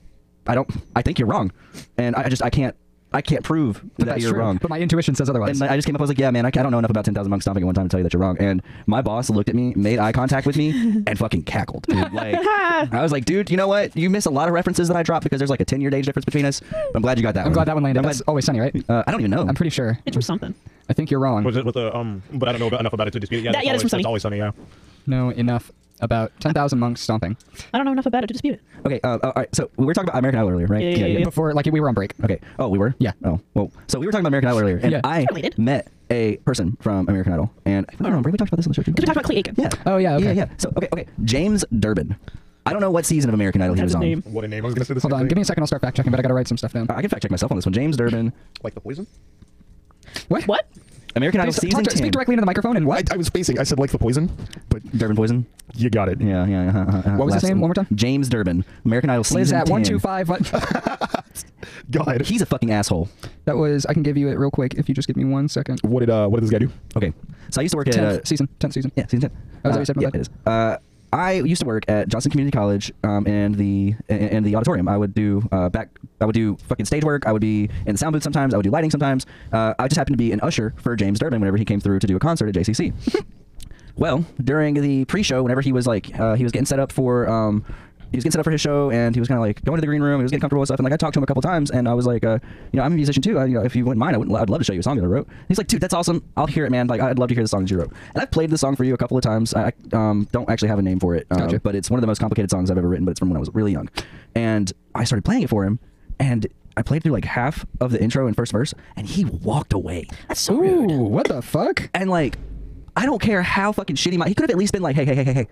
S2: I don't, I think you're wrong. And I, I just, I can't, I can't prove that
S1: That's
S2: you're
S1: true,
S2: wrong.
S1: But my intuition says otherwise.
S2: And I I just came up. I was like, "Yeah, man, I, I don't know enough about Ten Thousand Monk Stomping at one time to tell you that you're wrong." And my boss looked at me, made eye contact with me, and fucking cackled. dude. Like, I was like, "Dude, you know what? You miss a lot of references that I dropped because there's like a ten year age difference between us." But I'm glad you got that.
S1: I'm glad that one landed.
S2: I'm
S1: That's
S2: glad-
S1: always sunny, right?
S2: uh, I don't even know.
S1: I'm pretty sure.
S4: It's from something.
S1: I think you're wrong.
S3: Was it with the um? But I don't know about, enough about it to dispute it. Yeah,
S4: That-
S3: that's
S4: yeah, that's
S3: always,
S4: from Sony.
S3: that's always Sony. Yeah.
S1: know enough about 10,000 monks stomping.
S4: I don't know enough about it to dispute it.
S2: okay. Uh, all right. So we were talking about American Idol earlier, right?
S4: Yeah, yeah, yeah, yeah.
S1: Before, like, we were on break.
S2: Okay. Oh, we were.
S1: Yeah.
S2: Oh, well. So we were talking about American Idol earlier, and
S1: Yeah.
S2: I
S4: Related.
S2: met a person from American Idol, and I don't remember. We talked about this on the show. Did
S4: we talked about Clee Aiken.
S2: Yeah.
S1: Oh, yeah, okay.
S2: Yeah. Yeah. So okay. Okay. James Durbin. I don't know what season of American Idol he
S4: That's
S2: was
S4: his
S2: on.
S4: name.
S3: What a name! I was gonna say this.
S1: Hold on. Give me a second. I'll start fact checking, but I got to write some stuff down.
S2: Uh, I can fact check myself on this one. James Durbin,
S3: Like the poison.
S1: What?
S4: What?
S2: American Idol
S1: Please talk
S2: season
S1: to-
S2: ten.
S1: speak directly into the microphone and
S3: I,
S1: what?
S3: I was spacing. I said like the poison, but
S2: Durbin Poison.
S3: you got it.
S2: Yeah. Yeah. uh-huh, uh-huh, uh-huh.
S1: What was his
S2: Last-
S1: name? One more time?
S2: James Durbin. American Idol
S1: Liz
S2: season
S1: at
S2: ten.
S1: one two five. What?
S3: God.
S2: He's a fucking asshole.
S1: that was. I can give you it real quick if you just give me one second.
S3: what did uh? What did this guy do?
S2: Okay. So I used to work at
S1: Tenth
S2: uh,
S1: season. Tenth season.
S2: Yeah, season ten.
S1: Oh, is that what
S2: Uh,
S1: you said? My
S2: yeah,
S1: bad.
S2: it is. Uh, I used to work at Johnson Community College um, and the and and the auditorium. I would do uh, back. I would do fucking stage work. I would be in the sound booth sometimes. I would do lighting sometimes. Uh, I just happened to be an usher for James Durbin whenever he came through to do a concert at JCC. well, during the pre-show, whenever he was like uh, he was getting set up for. Um, he was getting set up for his show, and he was kind of like going to the green room. He was getting comfortable and stuff. And like I talked to him a couple times, and I was like, uh, you know, I'm a musician too. I, you know, if you wouldn't mind, I would, I'd love to show you a song that I wrote. And he's like, dude, that's awesome. I'll hear it, man. Like I'd love to hear the song that you wrote. And I've played the song for you a couple of times. I I, um, don't actually have a name for it, uh,
S1: Gotcha.
S2: but it's one of the most complicated songs I've ever written. But it's from when I was really young, and I started playing it for him, and I played through like half of the intro and first verse, and he walked away.
S4: That's so
S1: Ooh,
S4: rude.
S1: what the fuck?
S2: And like, I don't care how fucking shitty my. He could have at least been like, hey, hey, hey, hey, hey.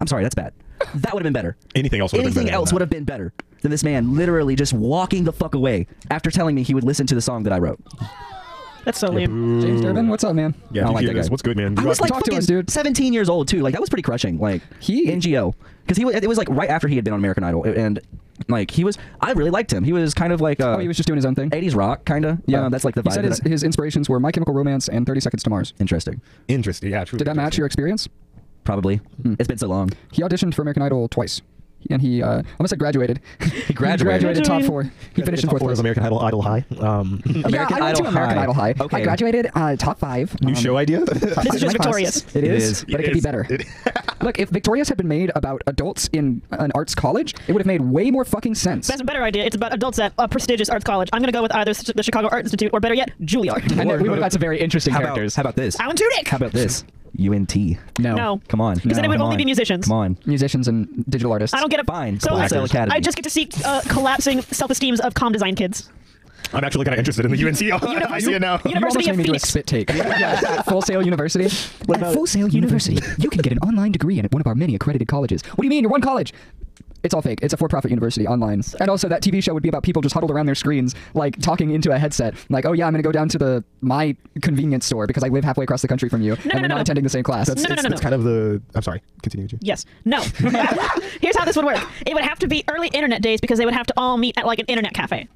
S2: I'm sorry, that's bad. That would have been better.
S3: Anything else would've been
S2: Anything
S3: better than
S2: else
S3: that.
S2: would have been better than this man literally just walking the fuck away after telling me he would listen to the song that I wrote.
S3: Mm-hmm.
S4: That's so lame.
S1: James Durbin, Mm. what's up, man?
S2: I
S3: Yeah. you
S2: don't like
S3: hear
S2: that guy.
S3: this. What's good, man?
S2: I
S3: You
S2: was
S3: got-
S2: like
S1: Talk to
S2: fucking
S1: us, dude.
S2: 17 years old too. Like that was pretty crushing. Like
S1: He-
S2: NGO because he was, it was like right after he had been on American Idol and like he was I really liked him. He was kind of like uh,
S1: Oh, he was just doing his own thing.
S2: 80s rock kind of.
S1: Yeah,
S2: Um, that's like the vibe.
S1: He said
S2: that
S1: his,
S2: I-
S1: his inspirations were My Chemical Romance and Thirty Seconds to Mars.
S2: interesting.
S3: interesting. Yeah. True.
S1: Did that match your experience?
S2: Probably.
S1: Hmm.
S2: It's been so long.
S1: He auditioned for American Idol twice, and he uh, almost said graduated. He
S2: graduated.
S1: top
S4: Graduated.
S1: four. He finished in fourth place.
S3: American Idol, Idol High. Um,
S2: American
S1: yeah, I went
S2: Idol
S1: to American
S2: High.
S1: Idol High.
S2: Okay.
S1: I graduated uh, top five.
S3: new
S1: Um,
S3: show idea.
S4: This is just
S1: my class.
S4: Victorious.
S1: It
S2: It
S1: is,
S2: is.
S1: but it, could be
S3: is.
S1: better.
S3: It-
S1: Look, if Victorious had been made about adults in an arts college, it would have made way more fucking sense.
S4: That's a better idea. It's about adults at a prestigious arts college. I'm gonna go with either the Chicago Art Institute or better yet, Juilliard.
S1: And we would have got some very interesting
S2: How about,
S1: characters.
S2: how about this?
S4: Alan Tudyk.
S2: How about this? UNT.
S1: no.
S4: No.
S2: Come on.
S4: Because then it would
S2: Come
S4: only
S2: on.
S4: be musicians. Mm.
S2: Come on.
S1: Musicians and digital artists.
S4: I don't get it.
S2: Fine.
S4: So
S2: Black Sail Academy.
S4: I just get to see uh, collapsing self-esteems of comm design kids.
S3: I'm actually kind of interested in the UNC. I see it now.
S1: You almost
S4: University
S1: made
S4: of
S1: me do a
S4: Phoenix.
S1: spit take. Yeah, Full Sail University. At Full Sail University, you can get an online degree in one of our many accredited colleges. What do you mean? You're one college. It's all fake. It's a for-profit university online. And also, that TV show would be about people just huddled around their screens, like talking into a headset. Like, oh yeah, I'm gonna go down to the my convenience store because I live halfway across the country from you, and
S4: no,
S1: we're
S4: no,
S1: not
S4: no.
S1: attending the same class.
S4: No, no, no, no, no.
S3: It's kind of the. I'm sorry. Continue. Jay.
S4: Yes. No. Here's how this would work. It would have to be early internet days because they would have to all meet at like an internet cafe.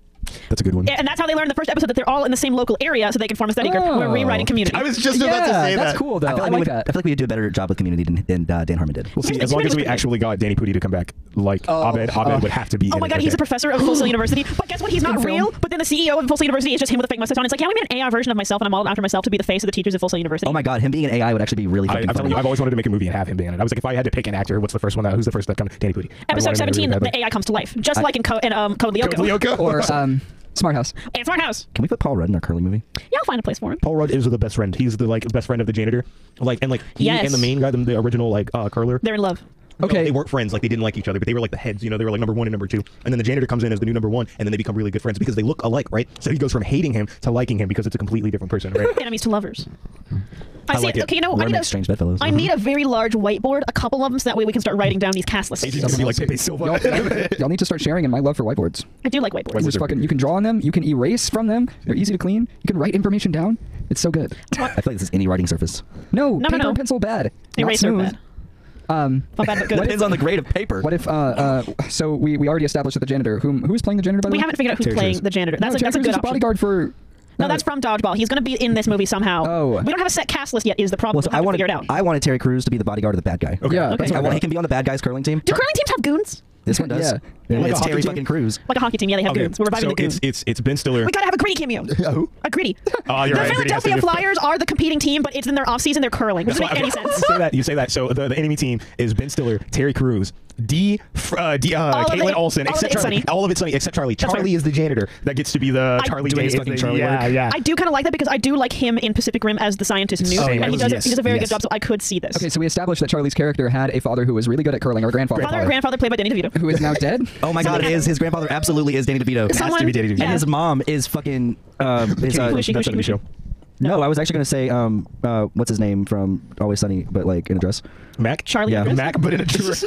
S3: That's a good one.
S4: Yeah, And that's how they learned in the first episode that they're all in the same local area so they can form a study group.
S1: Oh.
S4: We're rewriting community.
S3: I was just
S1: yeah,
S3: about to say
S1: that's
S3: that.
S1: cool though. I,
S2: we
S1: like
S2: would-
S1: that.
S2: I feel like we would do a better job with community than, than uh, Dan Harmon did.
S3: We'll see. As long as we actually got Danny Pudi to come back, like Abed, Abed would have to be.
S4: Oh
S3: in
S4: my
S3: it,
S4: god, he's a
S3: okay.
S4: professor of Full Sail University. But guess what? He's not
S1: In film.
S4: real. But then the CEO of Full Sail University is just him with a fake mustache on. It's like, yeah, we made an AI version of myself and I modeled after myself to be the face of the teachers of Full Sail University.
S2: Oh my god, him being an AI would actually be really
S3: I,
S2: fucking
S3: I'm telling
S2: funny.
S3: you, I've always wanted to make a movie and have him be in it. I was like, if I had to pick an actor, what's the first one that? Who's the first that comes? Danny Pudi. I
S4: Episode
S3: wanted him to
S4: 17,
S3: really
S4: the
S3: badly.
S4: AI comes to life, just like in Code, in, um, Code Lyoko.
S3: Leoka
S1: Or um, Smart House.
S4: And Smart House.
S2: Can we put Paul Rudd in our curling movie?
S4: Yeah, I'll find a place for him.
S3: Paul Rudd is the best friend. He's the like best friend of the janitor. Like and like he
S4: Yes.
S3: and the main guy, the, the original like uh, curler.
S4: They're in love.
S3: No,
S1: Okay.
S3: they weren't friends. Like they didn't like each other, but they were like the heads. You know, they were like number one and number two. And then the janitor comes in as the new number one, and then they become really good friends because they look alike, right? So he goes from hating him to liking him because it's a completely different person, right?
S4: Enemies to lovers. I,
S3: I
S4: see.
S3: like it.
S4: Okay, you know,
S2: Lord
S4: I need,
S2: makes
S4: a,
S2: strange bedfellows.
S3: Mm-hmm.
S4: I need a very large whiteboard, a couple of them, so that way we can start writing down these cast lists.
S3: He's gonna be like Pepe Silva.
S1: Y'all, y'all need to start sharing in my love for whiteboards.
S4: I do like whiteboards.
S1: Just fucking, you can draw on them. You can erase from them. They're easy to clean. You can write information down. It's so good.
S2: I feel like this is any writing surface.
S1: No,
S4: no,
S1: paper
S4: no.
S1: and pencil bad. Not
S4: Eraser
S1: smooth.
S4: bad.
S1: Um,
S4: Not bad, but good.
S2: Depends on the grade of paper.
S1: what if? Uh, uh, so we, we already established that the janitor. Whom who is playing the janitor? By the
S4: we
S1: way,
S4: haven't figured out who's
S3: Terry
S4: playing
S3: Crews.
S4: the janitor. That's,
S1: no,
S4: a, that's a
S1: janitor's
S4: good
S1: just
S4: option.
S1: bodyguard for.
S4: No, that's from Dodgeball. He's going to be in this movie somehow.
S1: Oh.
S4: We don't have a set cast list yet. Is the problem?
S2: Well, so
S4: We'll
S2: I
S4: have to
S2: wanted,
S4: figure it out.
S2: I wanted Terry Crews to be the bodyguard of the bad guy.
S1: Yeah,
S4: Okay.
S1: that's what
S2: I
S1: I
S2: want, he
S1: got.
S2: can be on the bad guy's curling team.
S4: do curling teams have goons?
S2: This one does.
S1: Yeah,
S4: Like
S2: it's
S4: a
S2: Terry
S4: hockey
S2: fucking
S4: team.
S2: Cruz.
S4: Like a hockey team, yeah, they have goons. We're reviving
S3: so
S4: the goons.
S3: it's it's it's Ben Stiller.
S4: we gotta have a gritty cameo.
S3: who?
S4: A gritty.
S3: Oh, you're
S4: the
S3: right, a gritty has to
S4: Philadelphia
S3: do-
S4: Flyers are the competing team, but it's in their off season. They're curling. Doesn't
S3: That's
S4: make
S3: why-
S4: any
S3: you
S4: sense.
S3: say that. You say that. So the, the enemy team is Ben Stiller, Terry Crews, D, Fr- uh, D, uh,
S4: All of
S3: Caitlin
S4: it-
S3: Olsen,
S4: all of
S3: except
S4: it's
S3: Charlie.
S4: Sunny.
S3: All of it's Sunny except Charlie.
S4: right.
S3: Charlie is the janitor that gets to be the
S4: I-
S3: Charlie
S2: Doing his
S3: Day-
S2: fucking
S3: the-
S2: Charlie
S3: yeah,
S2: work.
S3: Yeah,
S4: I do kind of like that because I do like him in Pacific Rim as the scientist Noob,
S3: Oh, yeah.
S4: and he does,
S2: Yes,
S4: he does a very
S2: yes.
S4: good job. So I could see this.
S1: Okay, so we established that Charlie's character had a father who was really good at curling, or grandfather,
S4: Father and grandfather played by Danny DeVito.
S1: who is now dead.
S2: Oh my god, it is. His grandfather absolutely is Danny DeVito.
S4: Someone- Has to be Danny DeVito.
S2: And his
S4: yeah.
S2: mom is fucking. Uh, is, uh,
S4: Fushi,
S3: That's
S4: Fushi,
S3: gonna be
S4: Fushi.
S3: show.
S2: no, I was actually going to say, um, uh, what's his name from Always Sunny, but like in a dress?
S3: Mac.
S4: Charlie
S2: Yeah.
S4: Chris?
S3: Mac, but in a dress.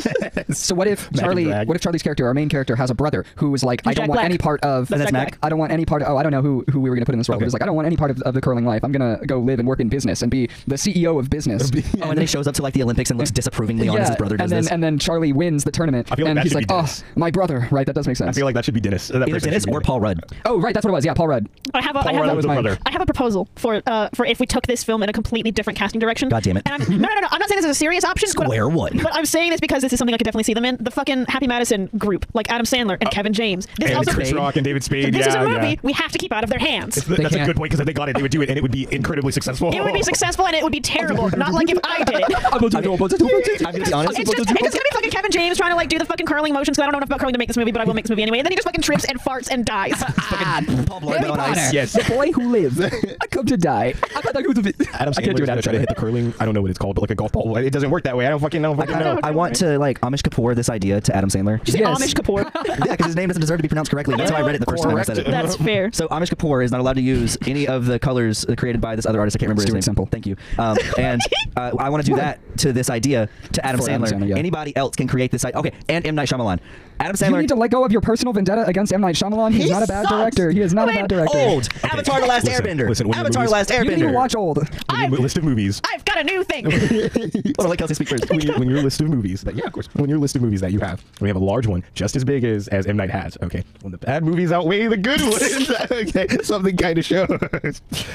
S1: So what if
S3: Mac and
S1: Charlie?
S3: drag.
S1: What if Charlie's character, our main character, has a brother who was like, I
S4: Jack
S1: don't want
S4: Black.
S1: any part of.
S4: That's That's Jack
S2: Mac. Black.
S1: I don't want any part. oh, I don't know who who we were gonna put in this role. He
S3: Okay.
S1: was like, I don't want any part of, of the curling life. I'm gonna go live and work in business and be the CEO of business.
S2: Oh, and then he shows up to like the Olympics and looks disapprovingly on as his brother
S1: and
S2: does
S1: then
S2: this.
S1: and then Charlie wins the tournament,
S3: I feel like
S1: and
S3: that
S1: he's
S3: should
S1: like,
S3: be
S1: "Oh,
S3: Dennis.
S1: my brother!" Right? That does make sense.
S3: I feel like that should be Dennis. uh, That
S2: Either
S3: person
S2: Dennis
S3: should be
S2: or Paul Rudd.
S1: oh, right, that's what it was. Yeah, Paul Rudd.
S4: I have a, I
S3: Paul
S4: have
S3: Rudd
S4: a-
S3: was the
S1: mine.
S3: brother.
S4: I have a proposal for uh, for if we took this film in a completely different casting direction.
S2: God damn it.
S4: And I'm, no, no, no, no. I'm not saying this is a serious option. but-
S2: Square one.
S4: But I'm saying this because this is something I could definitely see them in. The fucking Happy Madison group, like Adam Sandler and Kevin James. This
S3: And
S4: also
S3: Chris Rock and David Spade.
S4: this
S3: yeah,
S4: is a movie
S3: yeah.
S4: we have to keep out of their hands.
S3: Th- That's a
S1: can't.
S3: good point because if they got it, they would do it, and it would be incredibly successful.
S4: it would be successful and it would be terrible. not like if I did. it.
S2: I'm going to be honest.
S4: It's just, it's just gonna be fucking Kevin James trying to like do the fucking curling motions. 'cause I don't know enough about curling to make this movie, but I will make this movie anyway. And then he just fucking trips and farts and dies. Ah,
S2: Paul Blart
S1: Harry
S2: on
S1: Potter,
S2: ice.
S3: yes.
S1: the boy who lives. I come to die. I thought I was a bit-
S3: Adam
S1: I can't do
S3: Sandler's
S1: it.
S3: gonna
S1: Adam
S3: try to hit the curling. I don't know what it's called, but like a golf ball. It doesn't work that way. I don't fucking know.
S2: I,
S3: Fucking
S2: I,
S3: know.
S2: I want to like Amish Kapoor this idea to Adam Sandler.
S4: Just
S1: Yes.
S4: Amish Kapoor.
S2: yeah, because his name doesn't deserve to be pronounced correctly. That's how I read it the first time I said it.
S4: That's fair.
S2: So Amish Kapoor is not allowed to use any of the colors uh, created by this other artist. I can't remember his
S1: Stuart
S2: name.
S1: Simple.
S2: Thank you. Um, and uh, I want to do that to this idea to Adam
S1: For Adam
S2: Sandler.
S1: Sandler, yeah.
S2: Anybody else can create this idea. Okay, and M Night Shyamalan. Adam
S1: You
S2: Sandler.
S1: need to let go of your personal vendetta against M Night Shyamalan. He's
S2: He
S1: not a bad
S2: sucks.
S1: director. He is not a
S4: Wait,
S1: bad director.
S2: Old. Avatar: The Last
S3: Listen,
S2: Airbender.
S3: listen, when you're
S2: Avatar: The
S3: movies-
S2: Last Airbender.
S1: You need to watch Old.
S3: When your list of movies.
S4: I've got a new thing.
S2: Hold on, let Kelsey speak first.
S3: when, you, when your list of movies that yeah, of course, when your list of movies that you have, we have a large one, just as big as as M Night has. Okay, when the bad movies outweigh the good ones, okay, something kind of shows.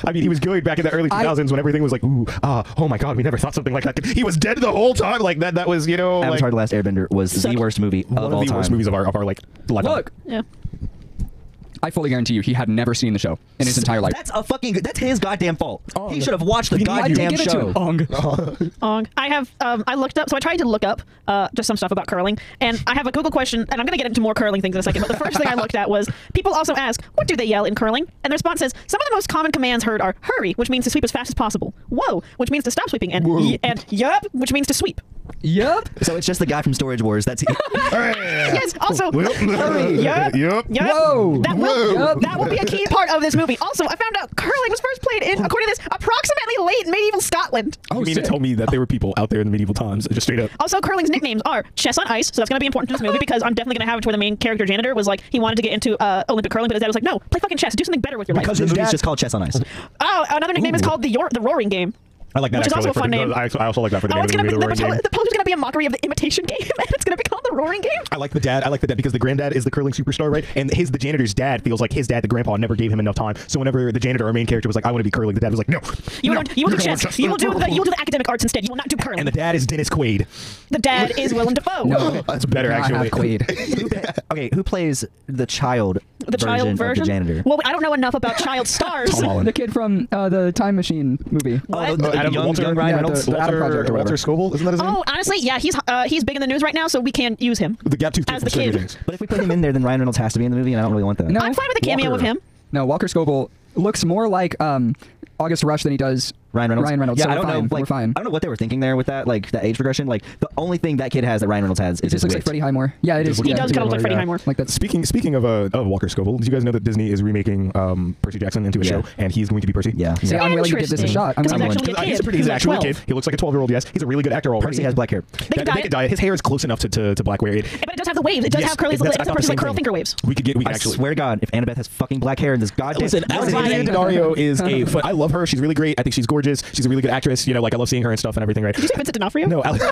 S3: I mean, he was good back in the early
S1: I-
S3: 2000s when everything was like, ooh, ah, oh my god, we never thought something like that. could- He was dead the whole time. Like that, that was you know, like,
S2: Avatar: The Last Airbender was the
S4: Suck.
S2: worst movie
S3: one
S2: of
S3: of
S2: all
S3: the
S2: time.
S3: worst movies of our of our like lifetime.
S1: Look,
S4: yeah.
S1: I fully guarantee you, he had never seen the show in his entire life.
S2: That's a fucking. That's his goddamn fault. he
S3: the-
S2: should have watched the
S3: He lied to
S2: goddamn
S1: give it to
S2: show.
S1: him. Oh. Ong.
S4: Ong. I have um, I looked up so I tried to look up uh, just some stuff about curling and I have a Google question and I'm gonna get into more curling things in a second but the first thing I looked at was people also ask what do they yell in curling and the response is some of the most common commands heard are hurry which means to sweep as fast as possible whoa which means to stop sweeping and y- and yup which means to sweep
S1: Yep.
S2: So it's just the guy from Storage Wars. That's
S4: yes also
S3: Hurry.
S4: yup
S3: Yup.
S4: yup
S1: Whoa.
S4: that will
S1: Whoa.
S4: that will be a key part of this movie also I found out curling was first played in according to this approximately late medieval Scotland
S3: You mean
S1: sick.
S3: to tell me that there were people out there in the medieval times, just straight up.
S4: Also, curling's nicknames are chess on ice, so that's gonna be important to this movie because I'm definitely gonna have it to where the main character janitor was like he wanted to get into uh, Olympic curling, but his dad was like, no, play fucking chess, do something better with your
S2: because the
S4: life.
S2: movie's just called Chess on Ice.
S4: Oh, another nickname is
S3: Ooh.
S4: called the Yor- the Roaring Game.
S3: I like that.
S4: Which is
S3: actually
S4: also a
S3: for
S4: fun
S3: the-
S4: name.
S3: I, I also like that for the
S4: oh,
S3: name
S4: it's
S3: of the
S4: gonna be
S3: movie.
S4: the,
S3: The Roaring
S4: poster-
S3: Game.
S4: the poster's gonna be a mockery of the Imitation Game, and it's gonna be called the Roaring Game.
S3: I like the dad. I like the dad because the granddad is the curling superstar, right? And his the janitor's dad feels like his dad, the grandpa, never gave him enough time. So whenever the janitor, our main character, was like, "I want to be curling," the dad was like, "No,
S4: You
S3: no,
S4: will, you will
S3: you're
S4: do
S3: gonna
S4: chess.
S3: watch
S4: You will do
S3: us."
S4: the you will do the academic arts instead. You will not do curling.
S3: And the dad is Dennis Quaid.
S4: The dad is Willem Dafoe.
S1: No.
S3: That's better,
S1: I have
S3: actually.
S1: Quaid.
S2: okay, who plays the child?
S4: The child version.
S2: Of the janitor.
S4: Well, I don't know enough about child stars.
S3: Tom Holland.
S1: the kid from uh, the Time Machine movie.
S2: oh,
S4: What?
S2: the, the
S3: Adam
S2: young,
S3: Walter-
S2: young Ryan
S1: yeah,
S2: Reynolds.
S1: the- the Adam Project or
S3: Walter
S1: whatever.
S3: Scoble, isn't that his name?
S4: Oh, honestly, yeah, he's uh, he's big in the news right now, so we can't use him.
S3: the gap tooth kid
S4: as
S3: from
S4: the kid.
S3: Stranger Things.
S2: But if we put him in there, then Ryan Reynolds has to be in the movie, and I don't really want that.
S1: No.
S4: I'm fine with a cameo
S3: Walker.
S4: of him.
S1: No, Walker Scoble looks more like um, August Rush than he does
S2: Ryan Reynolds.
S1: Ryan Reynolds.
S2: Yeah,
S1: so
S2: I don't
S1: we're fine.
S2: know. Like,
S1: we're fine.
S2: I don't know what they were thinking there with that, like that age progression. Like the only thing that kid has that Ryan Reynolds has
S1: It just
S2: is his
S1: looks
S2: weight.
S1: like Freddie Highmore. Yeah, it is.
S4: He
S1: yeah, yeah.
S4: does kinda look like Freddie Highmore.
S1: Like that's
S3: Speaking speaking of uh, of Walker Scoble, did you guys know that Disney is remaking um, Percy Jackson into a
S2: Yeah.
S3: show, and he's going to be Percy?
S2: Yeah.
S1: See, I'm willing to give this a
S4: Interesting.
S1: shot. I'm
S4: Because
S1: willing.
S4: he's actually
S3: He's,
S4: a kid.
S3: he's a pretty. He's
S4: like
S3: actually
S4: 12.
S3: a kid. He looks like a twelve-year-old. Yes, he's a really good actor already.
S2: Percy has black hair.
S4: They can
S3: That-
S4: dye
S3: they could
S4: it.
S3: dye it. His hair is close enough to, to, to black where it.
S4: But it does have the waves. It does
S3: Yes,
S4: have curly. It's,
S3: that's-
S4: it's
S3: I
S4: a
S3: thought the
S4: person's
S3: same
S4: like curl
S3: thing.
S4: finger waves.
S3: We could get. We could
S2: I
S3: actually.
S2: swear to God, if Annabeth has fucking black hair in this goddamn,
S3: Listen,
S4: I was
S3: Alexandria
S4: lying.
S3: Daddario is a. fu- I love her. She's really great. I think she's gorgeous. She's a really good actress. You know, like I love seeing her and stuff and everything, right?
S4: Did you say Vincent D'Onofrio?
S3: No, Alex.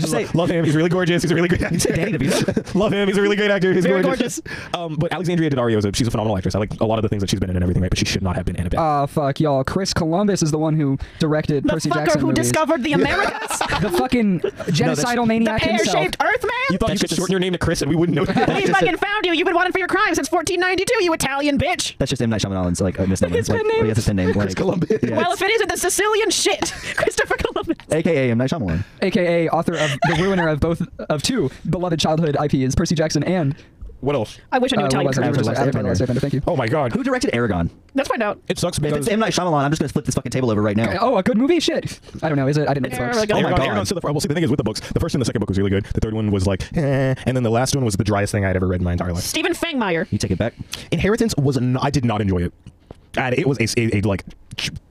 S2: say-
S3: love him. He's really gorgeous. He's a really great actor.
S2: said Danny DeVito.
S3: love him. He's a really great actor. He's
S4: Very
S3: gorgeous. Um, but Alexandria Daddario is a she's a phenomenal actress. I like a lot of the things that she's been in and everything, right? But she should not have been in a bit.
S1: Ah, fuck, y'all. Chris Columbus is the one who directed
S4: The
S1: Percy
S4: fucker
S1: Jackson
S4: who
S1: movies.
S4: discovered the Americas?
S1: the fucking genocidal
S4: the
S1: maniac
S4: pear
S1: himself.
S4: shaped Earthman?
S3: you thought you
S2: that's
S3: could
S2: just-
S3: shorten your name to Chris and we wouldn't know.
S4: Police
S2: just
S4: fucking
S2: a-
S4: found you. You've been wanted for your crime since 1492, you Italian bitch.
S2: That's just M. Night Shyamalan's like a misnomer.
S4: His
S2: like, oh,
S4: pen name?
S2: Like, that's his pen name. Like,
S3: Columbus.
S2: Yeah,
S4: Well,
S2: it's-
S4: if it isn't the Sicilian shit, Christopher Columbus.
S2: AKA M. Night Shyamalan.
S1: AKA author of the ruiner of both of two beloved childhood IPs, Percy Jackson and
S3: what else?
S4: I wish I knew
S1: uh, what
S4: Italian
S1: was it?
S4: crime.
S2: Avatar
S1: Avatar,
S2: Last
S1: Avatar,
S2: Airbender.
S1: Last Airbender. Thank you.
S3: Oh my God.
S2: Who directed Aragon?
S4: Let's find out.
S3: It sucks
S2: If
S3: because
S2: it's M. Night Shyamalan, I'm just going to flip this fucking table over right now.
S1: Oh, a good movie? Shit. I don't know. Is it? I didn't know.
S4: There
S1: the
S4: we go.
S2: Oh
S3: Aragon,
S2: my God.
S3: Aragon's still the- well, see, the thing is with the books, the first and the second book was really good. The third one was like, eh, and then the last one was the driest thing I'd ever read in my entire life.
S4: Stephen Fangmeyer.
S2: You take it back.
S3: Inheritance was, n- I did not enjoy it. And it was a, a, a like,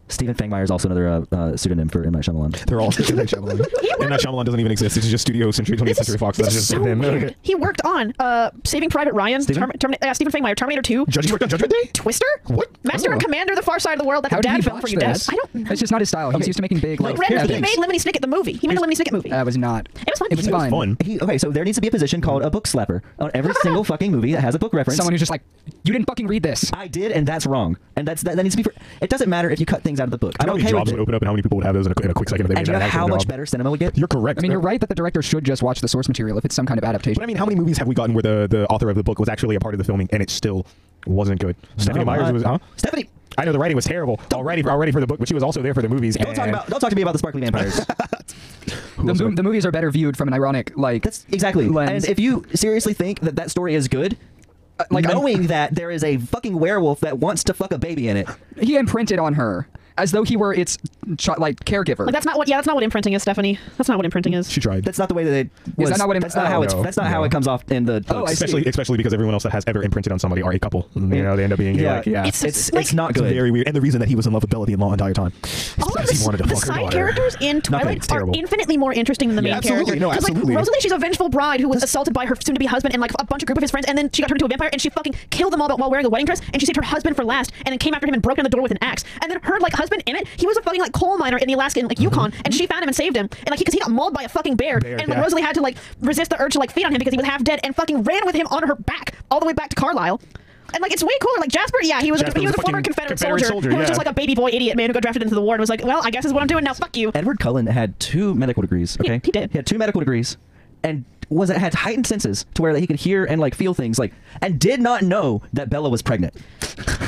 S2: Stephen Fangmeyer is also another uh, uh, pseudonym for M. Night Shyamalan.
S3: they're all M. Night Shyamalan. M. Night Shyamalan doesn't even exist. It's just Studio Century, 20th Century Fox.
S4: this
S3: That's
S4: is
S3: just
S4: so
S3: him.
S4: weird. He worked on uh, Saving Private Ryan,
S2: Stephen?
S4: Termi- Termina- uh, Stephen Fangmeyer, Terminator 2,
S3: Judges worked on Judgment Day?
S4: Twister?
S3: What?
S4: Master and
S2: Oh.
S4: Commander, The Far Side of the World. That's
S1: How
S4: a
S1: did
S4: dad
S1: he
S4: film
S1: watch
S4: for you,
S1: this?
S4: Dad. I don't know.
S1: It's just not his style. He was used to making big, like,
S4: Like, Red, he
S1: epics.
S4: made Lemony Snicket the movie. He made a Lemony Snicket movie.
S1: That was not.
S4: It was fun.
S1: It was
S4: It was
S1: fine.
S3: fun.
S2: He, okay, so there needs to be a position called a book slapper on every single fucking movie that has a book reference.
S1: Someone who's just like, you didn't fucking read this.
S2: I did, and that's wrong. And that's that, that needs to be. For, it doesn't matter if you cut things out of the book. I'm
S3: How many
S2: okay with
S3: jobs
S2: it.
S3: would open up and how many people would have those in a, in a quick second if they
S2: And
S3: made
S2: you know
S3: that
S2: how
S3: actual
S2: much
S3: job?
S2: better cinema would get?
S3: You're correct.
S1: I mean, you're right that the director should just watch the source material if it's some kind of adaptation.
S3: But I mean, how many movies have we gotten where the, the author of the book was actually a part of the filming and it still wasn't good? Stephanie
S2: Not a
S3: Myers
S2: lot.
S3: was, huh?
S2: Stephanie,
S3: I know the writing was terrible already, already for the book, but she was also there for the movies.
S2: don't talk about. Don't talk to me about the sparkly vampires.
S1: the, mo- the movies are better viewed from an ironic, like,
S2: That's exactly.
S1: lens.
S2: And if you seriously think that that story is good,
S1: uh, like,
S2: like
S1: I'm-
S2: knowing that there is a fucking werewolf that wants to fuck a baby in it,
S1: he imprinted on her as though he were its ch- like caregiver.
S4: Like, that's not what. Yeah, that's not what imprinting is, Stephanie. That's not what imprinting is.
S3: She tried.
S2: that's not the way that it. Was.
S1: that not what it-
S2: that's not
S1: oh,
S2: how it's.
S3: no,
S2: That's not how
S3: no.
S2: it comes off in the.
S1: Oh, I
S2: books.
S1: see.
S3: especially especially because everyone else that has ever imprinted on somebody are a couple. You know, they end up being
S2: Yeah,
S3: like, yeah,
S2: It's
S4: It's-
S2: it's,
S4: like-
S2: not
S3: It's
S2: good.
S3: very weird. And the reason that he was in love with Bella the law entire time is
S4: All of
S3: because
S4: the,
S3: he wanted to
S4: the
S3: fuck her
S4: side
S3: daughter.
S4: characters in Twilight
S3: it's
S4: are
S3: terrible.
S4: infinitely more interesting than the main
S3: absolutely.
S4: character.
S3: No,
S4: 'Cause,
S3: absolutely.
S4: Like, Rosalie, she's a vengeful bride who was assaulted by her soon-to-be husband and like a bunch of group of his friends, and then she got turned into a vampire and she fucking killed them all while wearing a wedding dress, and she saved her husband for last, and then came after him and broke down the door with an axe, and then her like husband Emmett, he was a fucking like coal miner in the Alaskan like Yukon, and she found him and saved him, and like because he, got mauled by a fucking bear,
S3: Mm-hmm. Bear,
S4: and when
S3: yeah.
S4: Rosalie had to like resist the urge to like feed on him because he was half dead, and fucking ran with him on her back all the way back to Carlisle. And like it's way cooler. Like Jasper, yeah, he was
S3: Jasper
S4: he was,
S3: was a
S4: a former
S3: fucking
S4: Confederate,
S3: Confederate soldier,
S4: who was
S3: yeah.
S4: just like a baby boy idiot man who got drafted into the war and was like, well, I guess this is what I'm doing now. Fuck you.
S2: Edward Cullen had two medical degrees.
S4: He-
S2: Okay,
S4: he did.
S2: He had two medical degrees, and was it had heightened senses to where that he could hear and like feel things, like and did not know that Bella was pregnant.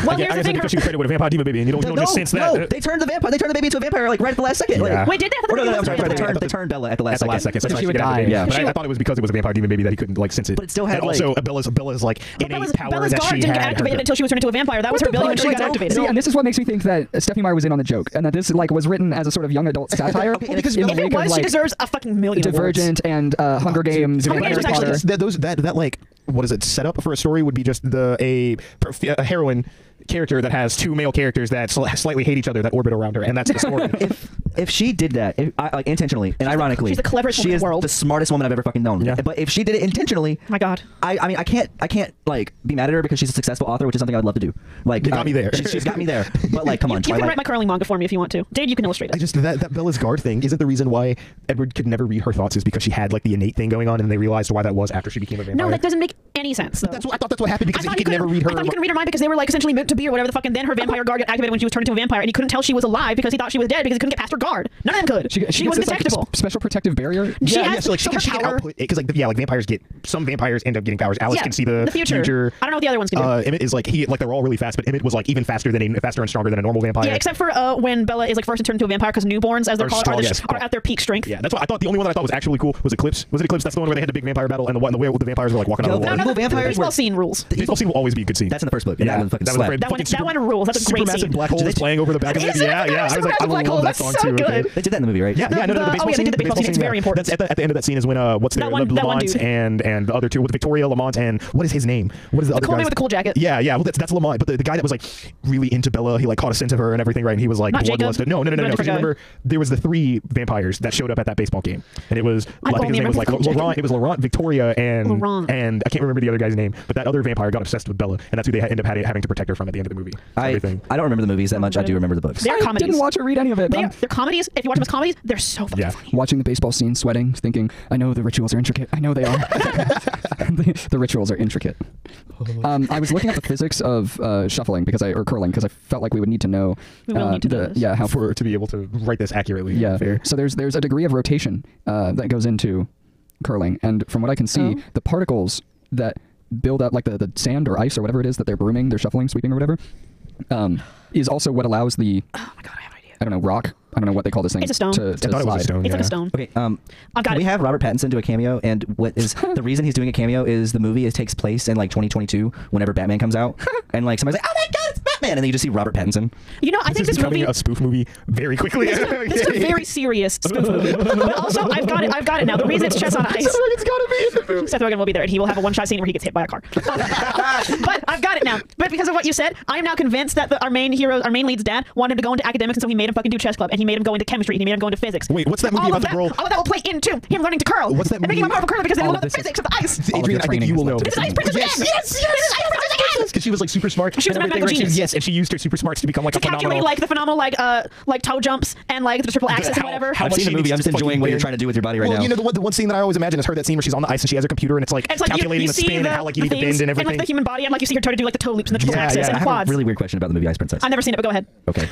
S4: Well,
S3: I
S4: here's
S3: guess, I
S4: the
S3: guess
S4: thing.
S3: because
S4: Her,
S3: she was pregnant with a vampire demon baby, and you don't, you don't
S2: no,
S3: just sense that.
S2: no, they turned the vampire. They turned the baby into a vampire like right at the last second.
S3: Yeah.
S2: Like,
S3: Wait,
S4: did they? I thought
S2: Or no, no, no,
S4: they did the
S2: I'm sorry, they
S4: vampire.
S2: turned, they turned Bella at the
S3: at
S2: last
S3: the
S2: second.
S3: last second, so
S1: She
S3: she
S1: would
S3: would die.
S1: die.
S2: Yeah.
S3: But
S4: She
S3: I, I
S4: would-
S3: thought it was because it was a vampire demon baby that he couldn't like sense it.
S2: But it still had,
S3: and
S2: like-
S3: also Bella's Bella's like
S4: but
S3: innate
S4: Bella's,
S3: power
S4: Bella's
S3: that
S4: guard
S3: she
S4: didn't get
S3: had.
S4: activated until she was turned into a vampire. That was her ability when she got activated.
S1: See, and this is what makes me think that Stephanie Meyer was in on the joke, and that this like was written as a sort of young adult satire.
S2: Okay, because
S1: in
S4: if
S1: the
S4: it
S1: wake
S4: was,
S1: of,
S4: she
S1: like,
S4: deserves a fucking million.
S1: Divergent and uh, Hunger Games. and
S4: Hunger Games
S1: Harry
S4: was actually-
S1: Potter.
S4: Potter.
S3: that, those that that like what is it setup for a story would be just the a, perf- a heroine character that has two male characters that sl- slightly hate each other that orbit around her, and that's the story.
S2: if if she did that, if, I, like intentionally and ironically,
S4: she's the cleverest
S2: she
S4: woman in
S2: is
S4: the world. Oh
S2: the smartest woman I've ever fucking known.
S3: Yeah.
S2: But if she did it intentionally,
S4: My God.
S2: I, I mean, I can't, I can't like be mad at her because she's a successful author, which is something I would love to do. Like,
S3: You got
S2: uh,
S3: me there.
S2: She, she's got me there. But like, come on,
S4: Awards. You can
S2: Twilight.
S4: write my curling manga for me if you want to. Dade, you can illustrate
S3: I
S4: it.
S3: just that, that Bella's guard thing isn't the reason why Edward could never read her thoughts is because she had like the innate thing going on, and they realized why that was after she became a vampire.
S4: No, that doesn't make any sense. though.
S3: That's what I thought. That's what happened
S4: I
S3: because
S4: thought
S3: he
S4: you
S3: could never
S4: couldn't-
S3: read her.
S4: I thought you couldn't read her mind because they were like essentially meant to be or whatever the fuck, and then her vampire guard got activated when she was turned into a vampire, and he couldn't tell she was alive because he thought she was dead because he couldn't get past her guard. None of them could. She,
S1: She, she
S4: was
S1: gets this, like,
S4: detectable.
S1: s- special protective barrier.
S4: She
S3: yeah,
S4: has-
S3: yeah, so like she
S4: so
S3: can,
S4: her
S3: she can
S4: power-
S3: output it because like the- yeah, like vampires get some vampires end up getting powers. Alice
S4: Yeah,
S3: can see the,
S4: the future. I don't know what the other ones can do.
S3: Uh, Emmett is like he like they're all really fast, but Emmett was like even faster than a faster and stronger than a normal vampire.
S4: Yeah, except for uh, when Bella is like first turned into a vampire because newborns, as they're
S3: Are
S4: called, are, the,
S3: strong, yes.
S4: are at their peak strength.
S3: Yeah, that's what I thought. The only one that I thought was actually cool was Eclipse. Was it Eclipse? That's the one where they had the big vampire battle and the one the, where the vampires were like walking
S2: Yo,
S3: out of the
S2: that-
S4: No,
S3: wall.
S4: no,
S2: Evil
S4: the
S2: vampires
S4: baseball
S2: were-
S4: scene rules.
S3: This whole scene will always be a good scene.
S2: That's in the first book. and
S3: yeah,
S2: that one fucking
S3: that was
S2: slapped.
S3: great.
S4: That one-
S3: Fucking
S4: that one rules. That's a great
S3: super massive
S4: scene.
S3: black hole
S2: Did
S3: is
S2: they-
S3: flying over the back of
S4: It
S3: it.
S4: is,
S3: Yeah,
S4: it's
S3: yeah. I
S4: a
S3: was like, I
S4: massive black hole.
S3: love that
S4: That's
S3: song
S4: so
S3: too. okay.
S4: good.
S2: They did that in the movie, right?
S3: Yeah, yeah,
S4: the-
S3: no, no, the
S4: oh,
S3: baseball
S4: yeah, they
S3: scene.
S4: did the baseball scene. It's
S3: yeah.
S4: very important.
S3: That's at the, at the end of that scene is when uh, what's
S4: That
S3: their
S4: one- that one
S3: Lamont
S4: dude.
S3: and and the other two with Victoria Lamont and what is his name? What is the, other
S4: cool man
S3: guy's-
S4: with the cool jacket.
S3: Yeah, yeah. Well, that's that's Lamont, but the, the guy that was like really into Bella, he like caught a sense of her and everything, right? And he was like
S4: Not Jacob.
S3: bloodlusted. No, no, no,
S4: No,
S3: no, no. 'cause
S4: different
S3: you
S4: guy.
S3: remember there was the three vampires that showed up at that baseball game, and it was
S4: I
S3: I think
S4: only
S3: his name was
S4: remember
S3: like
S4: the cool jacket.
S3: Laurent. It was Laurent, Victoria, and
S4: Laurent.
S3: and I can't remember the other guy's name, but that other vampire got obsessed with Bella, and that's who they ha- end up had- having to protect her from at the end of the movie. So
S2: I,
S3: everything.
S2: I don't remember the movies that much. I do remember the books.
S4: They're
S1: I
S4: comedies.
S1: didn't watch or read any of it.
S4: They're,
S1: I'm
S4: they're comedies. If you watch them as comedies, they're so fucking
S3: um, Yeah.
S4: funny.
S1: watching the baseball scene, sweating, thinking, I know the rituals are intricate. I know they are. the, the rituals are intricate. Um, I was looking at the physics of uh, shuffling because I or curling because I felt like we would need to know.
S4: We will
S1: uh,
S4: need to know
S1: the-
S4: this.
S1: Yeah, how
S3: for to be able to write this accurately.
S1: Yeah.
S3: Fair.
S1: So there's there's a degree of rotation uh, that goes into curling, and from what I can see,
S4: Oh.
S1: the particles that build up, like the, the sand or ice or whatever it is that they're brooming, they're shuffling, sweeping, or whatever, um, is also what allows the
S4: Oh my god, I have an idea.
S1: I don't know rock. I don't know what they call this thing.
S4: It's a stone.
S1: To,
S4: I
S1: to
S3: thought it
S1: slide.
S3: was a stone.
S4: It's like a
S3: Yeah.
S4: stone.
S2: Okay, um,
S4: I've got
S2: can
S4: it.
S2: we have Robert Pattinson do a cameo? And what is the reason he's doing a cameo is the movie is, takes place in like 2022, whenever Batman comes out, and like somebody's like, "Oh my god, it's Batman!" and then you just see Robert Pattinson.
S4: You know, I
S3: This
S4: think
S3: is
S4: this
S3: becoming
S4: movie.
S3: a spoof movie very quickly.
S4: This is a very serious spoof movie. But also, I've got it. I've got it now. The reason it's chess on ice.
S3: it's gotta be in the movie.
S4: Seth Rogen will be there, and he will have a one-shot scene where he gets hit by a car. but I've got it now. But because of what you said, I am now convinced that the, our main hero, our main lead's dad, wanted him to go into academics, and so he made him fucking do chess club, and he made him go into chemistry, and he made him go into physics.
S3: Wait, what's that movie
S4: all
S3: about
S4: of
S3: the
S4: that,
S3: girl-
S4: All of that will play into him learning to curl.
S3: What's that
S4: and making him a
S3: movie- Oh,
S4: powerful curler because they
S1: All
S4: will
S1: of
S4: know the
S1: this is-
S4: physics of the ice.
S1: All of your
S3: Adrian, I think
S1: training
S3: you
S1: is
S3: will know.
S1: left to
S4: It's an ice princess
S3: Yes,
S4: again. Yes, yes, it's an ice princess again.
S3: because she was like super smart.
S4: She was
S3: and
S4: a
S3: everything,
S4: mathematical
S3: right? She-
S4: genius.
S3: Yes, and she used her super smarts to become like
S4: to
S3: a phenomenal.
S4: calculate like the phenomenal like uh like toe jumps and like the triple axis and
S3: how-
S4: whatever.
S3: how
S2: I've
S3: much
S2: seen the
S3: she
S2: movie.
S3: needs
S2: I'm
S3: to
S2: just enjoying
S3: fucking
S2: what you're
S3: bend.
S2: trying to do with your body right
S3: well,
S2: now.
S3: you know the one, the one scene that I always imagine is her that scene where she's on the ice and she has her computer and it's like
S4: it's like you,
S3: calculating
S4: you
S3: the
S4: see
S3: spin
S4: the,
S3: and how like you
S4: the
S3: need to
S4: things
S3: bend and
S4: and like
S3: everything.
S4: the human body and like you see her try to do like the toe leaps and the triple
S3: Yeah,
S4: axis
S3: yeah,
S2: I
S4: and
S2: have
S4: quads.
S2: a really weird question about the movie Ice Princess.
S4: I've never seen it, but go ahead.
S2: Okay.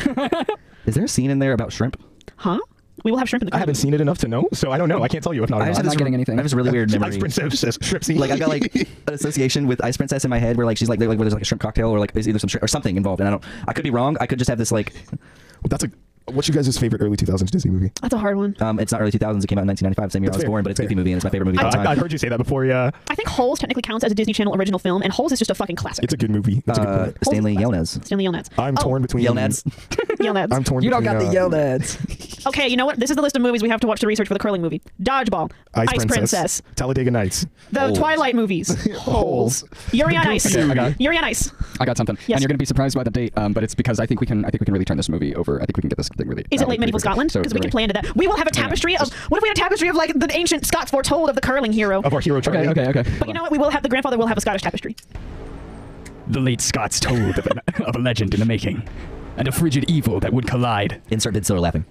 S2: is there a scene in there about shrimp?
S4: Huh? We will have shrimp in the.
S3: I haven't seen it enough to know, so I don't know. I can't tell you if not. or
S2: I just
S3: Oh,
S2: have
S3: not.
S1: not
S2: this
S1: getting
S2: re-
S1: anything.
S2: I have this really weird memory.
S3: Ice princess says Shripsy.
S2: Like I got like an association with Ice Princess in my head, where like she's like, like where there's like a shrimp cocktail or like is either some shrimp or something involved, and I don't. I could be wrong. I could just have this like,
S3: that's a.
S5: What's your guys' favorite early 2000s Disney movie?
S4: That's a hard one.
S2: um, it's not early 2000s. It came out in 1995, same year I was
S3: fair,
S2: born, but it's a
S3: fair.
S2: goofy movie and it's my favorite movie of all
S3: I,
S2: time.
S3: have heard you say that before. Yeah,
S4: I think Holes technically counts as a Disney Channel original film, and Holes is just a fucking classic.
S3: it's a good movie. That's a good
S2: uh,
S3: point.
S2: Stanley Yelnats.
S4: Stanley Yelnats.
S3: I'm
S4: oh,
S3: torn between
S2: Yelnats.
S4: Yelnats.
S5: I'm torn.
S1: You don't
S5: between,
S1: got the
S5: uh,
S1: yell ads.
S4: Okay, you know what? This is the list of movies we have to watch to research for the curling movie. Dodgeball.
S3: Ice, princess, Talladega Nights.
S4: The
S2: Holes.
S4: Twilight movies. Holes. Yuri on Ice.
S3: Okay, I got it.
S4: Yuri on Ice.
S1: I got something,
S4: Yes.
S1: and you're gonna be surprised by the date, um, but it's because I think we can. I think we can really turn this movie over. I think we can get this thing really.
S4: Is
S1: uh,
S4: it
S1: really
S4: late medieval
S1: quickly.
S4: Scotland?
S1: So
S4: Because we
S1: really-
S4: can plan to that. We will have a tapestry of. What if we had a tapestry of like the ancient Scots foretold of the curling hero?
S3: Of our hero Charlie.
S1: Okay, okay, okay.
S4: But you know what? We will have the grandfather will have a Scottish tapestry.
S6: The late Scots told of, an, of a legend in the making, and a frigid evil that would collide.
S2: Insert Vince Stiller laughing.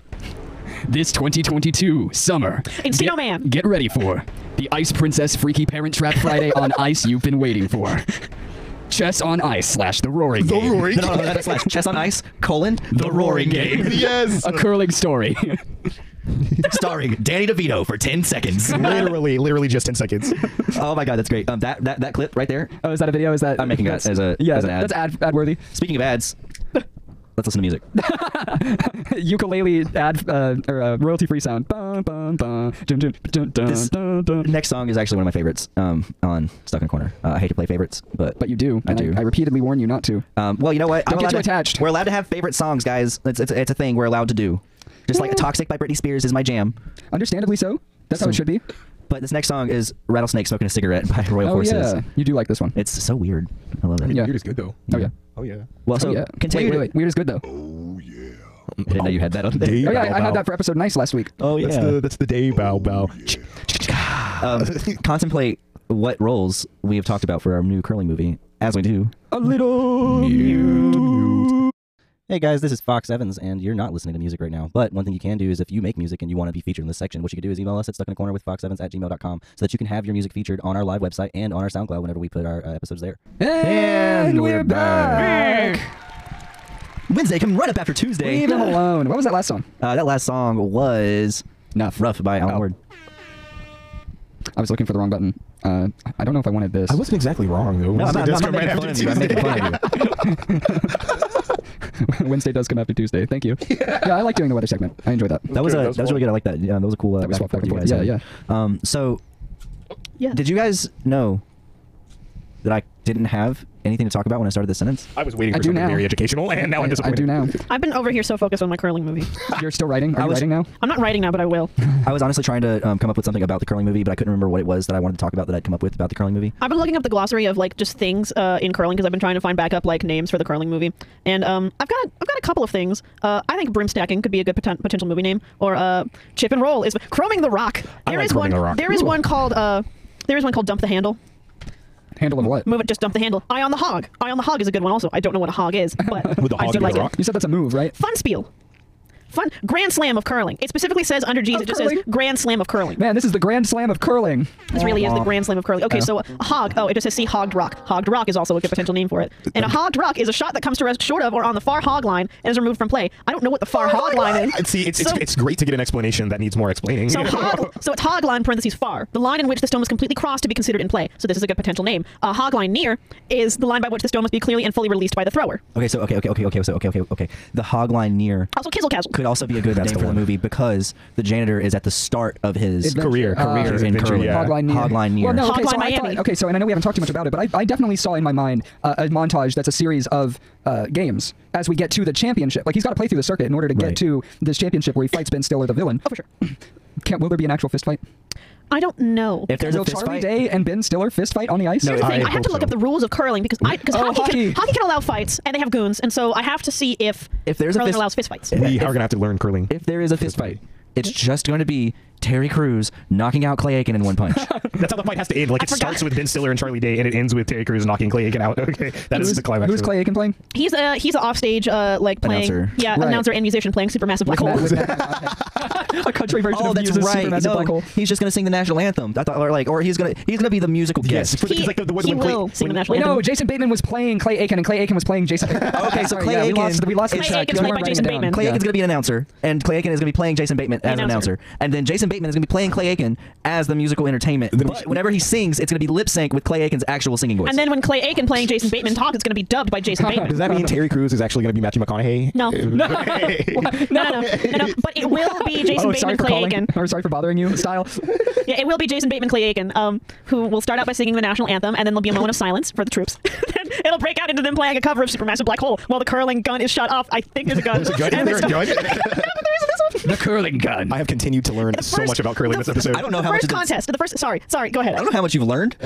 S6: This 2022 summer.
S4: Encino
S6: get-
S4: Man.
S6: Get ready for the Ice Princess Freaky Parent Trap Friday on ice you've been waiting for. Chess on ice slash the roaring game.
S2: No, no, no, that's slash chess on ice colon the, roaring game.
S3: Yes.
S6: A curling story.
S2: starring Danny DeVito for 10 seconds.
S3: literally, literally just in seconds.
S2: oh my god, that's great. Um, that, that that clip right there. Uh,
S1: Oh, is that a video? Is that
S2: I'm making that
S1: that's-
S2: as a
S1: yeah?
S2: as an ad.
S1: That's ad ad worthy.
S2: Speaking of ads, let's listen to music.
S1: ukulele ad uh, or uh, royalty free sound. Bum, bum, bum. Dun, dun, dun, dun,
S2: This-
S1: dun, dun.
S2: Next song is actually one of my favorites. Um, on Stuck in a Corner. Uh, I hate to play favorites, but
S1: But you do.
S2: I
S1: and
S2: do.
S1: I, repeatedly warn you not to.
S2: um, well, you know what?
S1: Don't get
S2: allowed
S1: too
S2: to-
S1: attached.
S2: We're allowed to have favorite songs, guys. It's, it's, it's a thing we're allowed to do. Just like Toxic by Britney Spears is my jam,
S1: Understandably so. That's how it should be.
S2: but this next song is Rattlesnake Smoking a Cigarette by Royal
S1: oh
S2: Forces.
S1: yeah, you do like this one.
S2: It's so weird. I love it.
S1: Yeah.
S3: Weird is good though.
S1: oh yeah.
S3: Oh yeah.
S2: Well,
S1: Oh
S2: so
S1: yeah.
S2: continue.
S1: Wait, wait, wait.
S2: to-
S1: Weird is good though.
S2: I didn't know you had that on there.
S3: Dave.
S1: Oh yeah,
S3: Bow,
S1: I, I
S3: bow.
S1: had that for episode nice last week.
S2: Oh yeah.
S3: That's the that's the day bow bow.
S1: Oh,
S2: um, contemplate what roles we have talked about for our new curling movie as we do.
S1: A little.
S2: Hey guys, this is Fox Evans, and you're not listening to music right now. But one thing you can do is if you make music and you want to be featured in this section, what you can do is email us at stuckinacorner with foxevans at gmail.com so that you can have your music featured on our live website and on our SoundCloud whenever we put our uh, episodes there.
S1: And we're back.
S2: Wednesday coming right up after Tuesday.
S1: Leave him alone. What was that last song?
S2: Uh, that last song was
S1: Enough.
S2: Rough by Alan
S1: Oh.
S2: Ward.
S1: I was looking for the wrong button. Uh, I don't know if I wanted this.
S3: I wasn't exactly wrong though.
S2: No, I'm
S3: Wednesday
S2: not,
S3: does
S2: I'm not
S3: come right
S2: making fun of
S3: after
S2: you. I'm
S3: Tuesday.
S2: making fun of you.
S1: Wednesday does come after Tuesday. Thank you. Yeah, I like doing the weather segment. I enjoy that.
S2: That was, a,
S3: good.
S2: that
S3: That
S2: was really
S3: was fun.
S2: good. I like that. Yeah, that was a cool. Uh,
S1: was
S2: back and
S1: fun,
S2: forth you
S1: back and
S2: guys
S1: forth.
S2: had.
S1: Yeah,
S2: Um, so,
S4: Yeah.
S2: did you guys know that I didn't have anything to talk about when I started this sentence?
S3: I was waiting
S1: I
S3: for
S1: do
S3: something
S1: now.
S3: very educational, and now I'm
S1: I, I
S3: disappointed.
S1: do now.
S4: I've been over here so focused on my curling movie.
S1: You're still writing? Are
S2: I
S1: you
S2: was-
S1: writing now?
S4: I'm not writing now, but I will.
S2: I was honestly trying to um, come up with something about the curling movie, but I couldn't remember what it was that I wanted to talk about that I'd come up with about the curling movie.
S4: I've been looking up the glossary of like just things uh, in curling because I've been trying to find backup like names for the curling movie, and um, I've got I've got a couple of things. Uh, I think broomstacking could be a good poten- potential movie name, or uh, chip and roll is chroming the rock.
S3: I
S4: There
S3: like
S4: is
S3: chroming
S4: one.
S3: the rock.
S4: There is
S3: Ooh.
S4: one called uh, there is one called dump the handle.
S1: Handle of what?
S4: Move it. Just dump the handle. Eye on the hog. Eye on the hog is a good one also. I don't know what a hog is, but
S3: Would the
S4: I
S3: hog
S4: do
S3: be a
S4: like
S3: rock?
S4: it.
S1: You said that's a move, right?
S4: Fun spiel. Fun grand slam of curling. It specifically says under G's,
S1: Of
S4: it just says
S1: curling?
S4: grand slam of curling.
S1: Man, this is the grand slam of curling.
S4: This really is the grand slam of curling. Okay, so a hog. Oh, it just says see hogged rock. Hogged rock is also a good potential name for it. And a hogged rock is a shot that comes to rest short of or on the far hog line and is removed from play. I don't know what the far hog line is.
S3: And See, it's,
S4: So-
S3: it's, it's great to get an explanation that needs more explaining.
S4: So hog, so it's hog line parentheses far, the line in which the stone was completely crossed to be considered in play. So this is a good potential name. A hog line near is the line by which the stone must be clearly and fully released by the thrower.
S2: Okay, so okay, okay, okay, okay, so okay, okay, okay. The hog line near
S4: Also kizzle casual.
S2: could also be a good name
S3: the
S2: for the
S3: one.
S2: movie because the janitor is at the start of his
S1: Adventure.
S3: Career, career
S2: in
S3: adventure,
S2: curling.
S3: yeah.
S1: Hogline near.
S2: Hogline near.
S1: Well, no, okay,
S4: Hogline
S1: so I
S4: Miami.
S1: thought- okay, so and I know we haven't talked too much about it, but I, I definitely saw in my mind uh, a montage that's a series of uh, games as we get to the championship. Like he's got to play through the circuit in order to
S2: Right.
S1: get to this championship where he fights Ben Stiller, the villain.
S4: Oh, for sure.
S1: Can, will there be an actual fist fight?
S4: I don't know.
S2: If there's a
S1: will
S2: fist
S1: Charlie
S2: fight,
S1: Day and Ben Stiller fist fight on the ice?
S2: No,
S4: Here's the
S3: I
S4: thing. I, have
S3: hope
S4: to look
S3: so.
S4: up the rules of curling because I because
S1: Oh,
S4: hockey,
S1: hockey.
S4: Can, hockey can allow fights and they have goons, and so I have to see if
S2: If there's a
S4: curling
S2: fist-
S4: allows fist fights.
S2: Yeah.
S3: we
S2: if-
S3: are gonna have to learn curling.
S2: if there is a fist fight, it's just going to be Terry Crews knocking out Clay Aiken in one punch.
S3: That's how the fight has to end. Like
S4: I
S3: it
S4: forgot.
S3: starts with Ben Stiller and Charlie Day, and it ends with Terry Crews knocking Clay Aiken out. Okay, that is
S1: who's,
S3: the climax.
S1: Who's
S3: of it.
S1: Clay Aiken playing?
S4: He's a he's an offstage uh like playing
S2: Announcer.
S4: yeah
S1: Right.
S4: announcer and musician playing supermassive black hole.
S1: With Matt- with Matt- a country version
S2: oh,
S1: of
S2: that's
S1: Muse's
S2: right.
S1: Supermassive
S2: No,
S1: Black Hole.
S2: he's just going to sing the national anthem. I thought, or like, or he's going to he's going to be the musical
S3: Yes,
S2: guest.
S3: for the- 'cause,
S4: He-
S3: like, the- the-
S4: he
S3: when Clay-
S4: will sing the
S3: when-
S4: national
S1: Wait,
S4: anthem.
S1: no, Jason Bateman was playing Clay Aiken, and Clay Aiken was playing Jason.
S2: Okay, so
S1: Sorry,
S2: Clay
S1: yeah, we
S2: Aiken-
S1: lost, we lost the
S4: Clay
S1: track.
S4: Aiken's
S1: You
S4: played
S1: weren't
S4: by
S1: writing
S4: Jason
S1: it down.
S4: Bateman.
S2: Clay
S1: Yeah.
S2: Aiken's gonna be an announcer, and Clay Aiken is gonna be playing Jason Bateman as an
S4: Announcer.
S2: announcer, and then Jason Bateman is gonna be playing Clay Aiken as the musical entertainment.
S3: Then we
S2: but
S3: should-
S2: whenever he sings, it's gonna be lip sync with Clay Aiken's actual singing voice.
S4: And then when Clay Aiken playing Jason Bateman talks, it's going to be dubbed by Jason Bateman.
S3: Does that mean Terry Crews is actually gonna be Matthew McConaughey?
S4: No. No.
S3: Hey.
S4: no, no, no, no, no. But it will be Jason
S1: oh, sorry
S4: Bateman,
S1: for
S4: Clay
S1: calling.
S4: Aiken.
S1: Or sorry for bothering you. Style.
S4: Yeah, it will be Jason Bateman, Clay Aiken, um, who will start out by singing the national anthem, and then there'll be a moment of silence for the troops. then it'll break out into them playing a cover of Supermassive Black Hole while the curling gun is shot off. I think there's a gun.
S3: There's a gun. Is
S4: And
S3: there a
S4: they start-
S3: gun?
S6: The curling gun.
S3: I have continued to learn so
S4: first-
S3: much about curling
S4: the-
S3: this episode.
S2: I don't know
S4: The
S2: how much
S4: first
S2: of this-
S4: contest. The first. Sorry, sorry. Go ahead.
S2: I don't know how much you've learned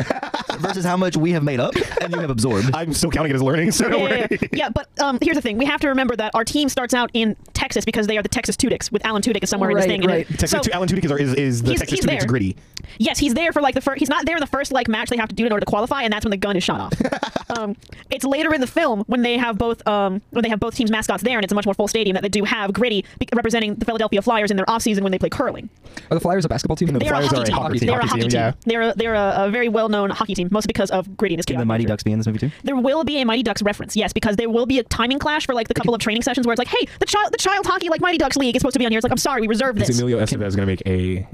S2: versus how much we have made up and you have absorbed.
S3: I'm still counting it as learning, so don't
S4: yeah,
S3: worry.
S4: yeah, yeah. Yeah, but um, here's the thing: we have to remember that our team starts out in Texas because they are the Texas Tudics with Alan Tudyk is somewhere in this
S1: Right,
S4: thing. and
S1: right.
S4: it-
S3: Texas,
S4: so-
S3: Alan Tudyk is, our- is, is the
S4: He's-
S3: Texas
S4: he's
S3: Tudyk's
S4: there.
S3: gritty.
S4: Yes, he's there for like the first. He's not there in the first like match they have to do in order to qualify, and that's when the gun is shot off. um, it's later in the film when they have both um, when they have both teams mascots there, and it's a much more full stadium that they do have gritty be- representing the Philadelphia Flyers in their offseason when they play curling.
S1: Are the Flyers a basketball team?
S4: They're a
S3: Flyers are
S4: hockey
S3: a
S4: team.
S3: hockey team,
S4: They're a
S3: hockey
S4: hockey
S3: team,
S4: team.
S3: yeah.
S4: They're a, they're a, a very well known hockey team, mostly because of grittiness.
S2: Can the Mighty Ducks be in this movie too?
S4: There will be a Mighty Ducks reference, yes, because there will be a timing clash for like the couple of training sessions where it's like, hey, the child the child hockey like Mighty Ducks league is supposed to be on here. It's like, I'm sorry, we reserved this.
S3: Estevez going to make a,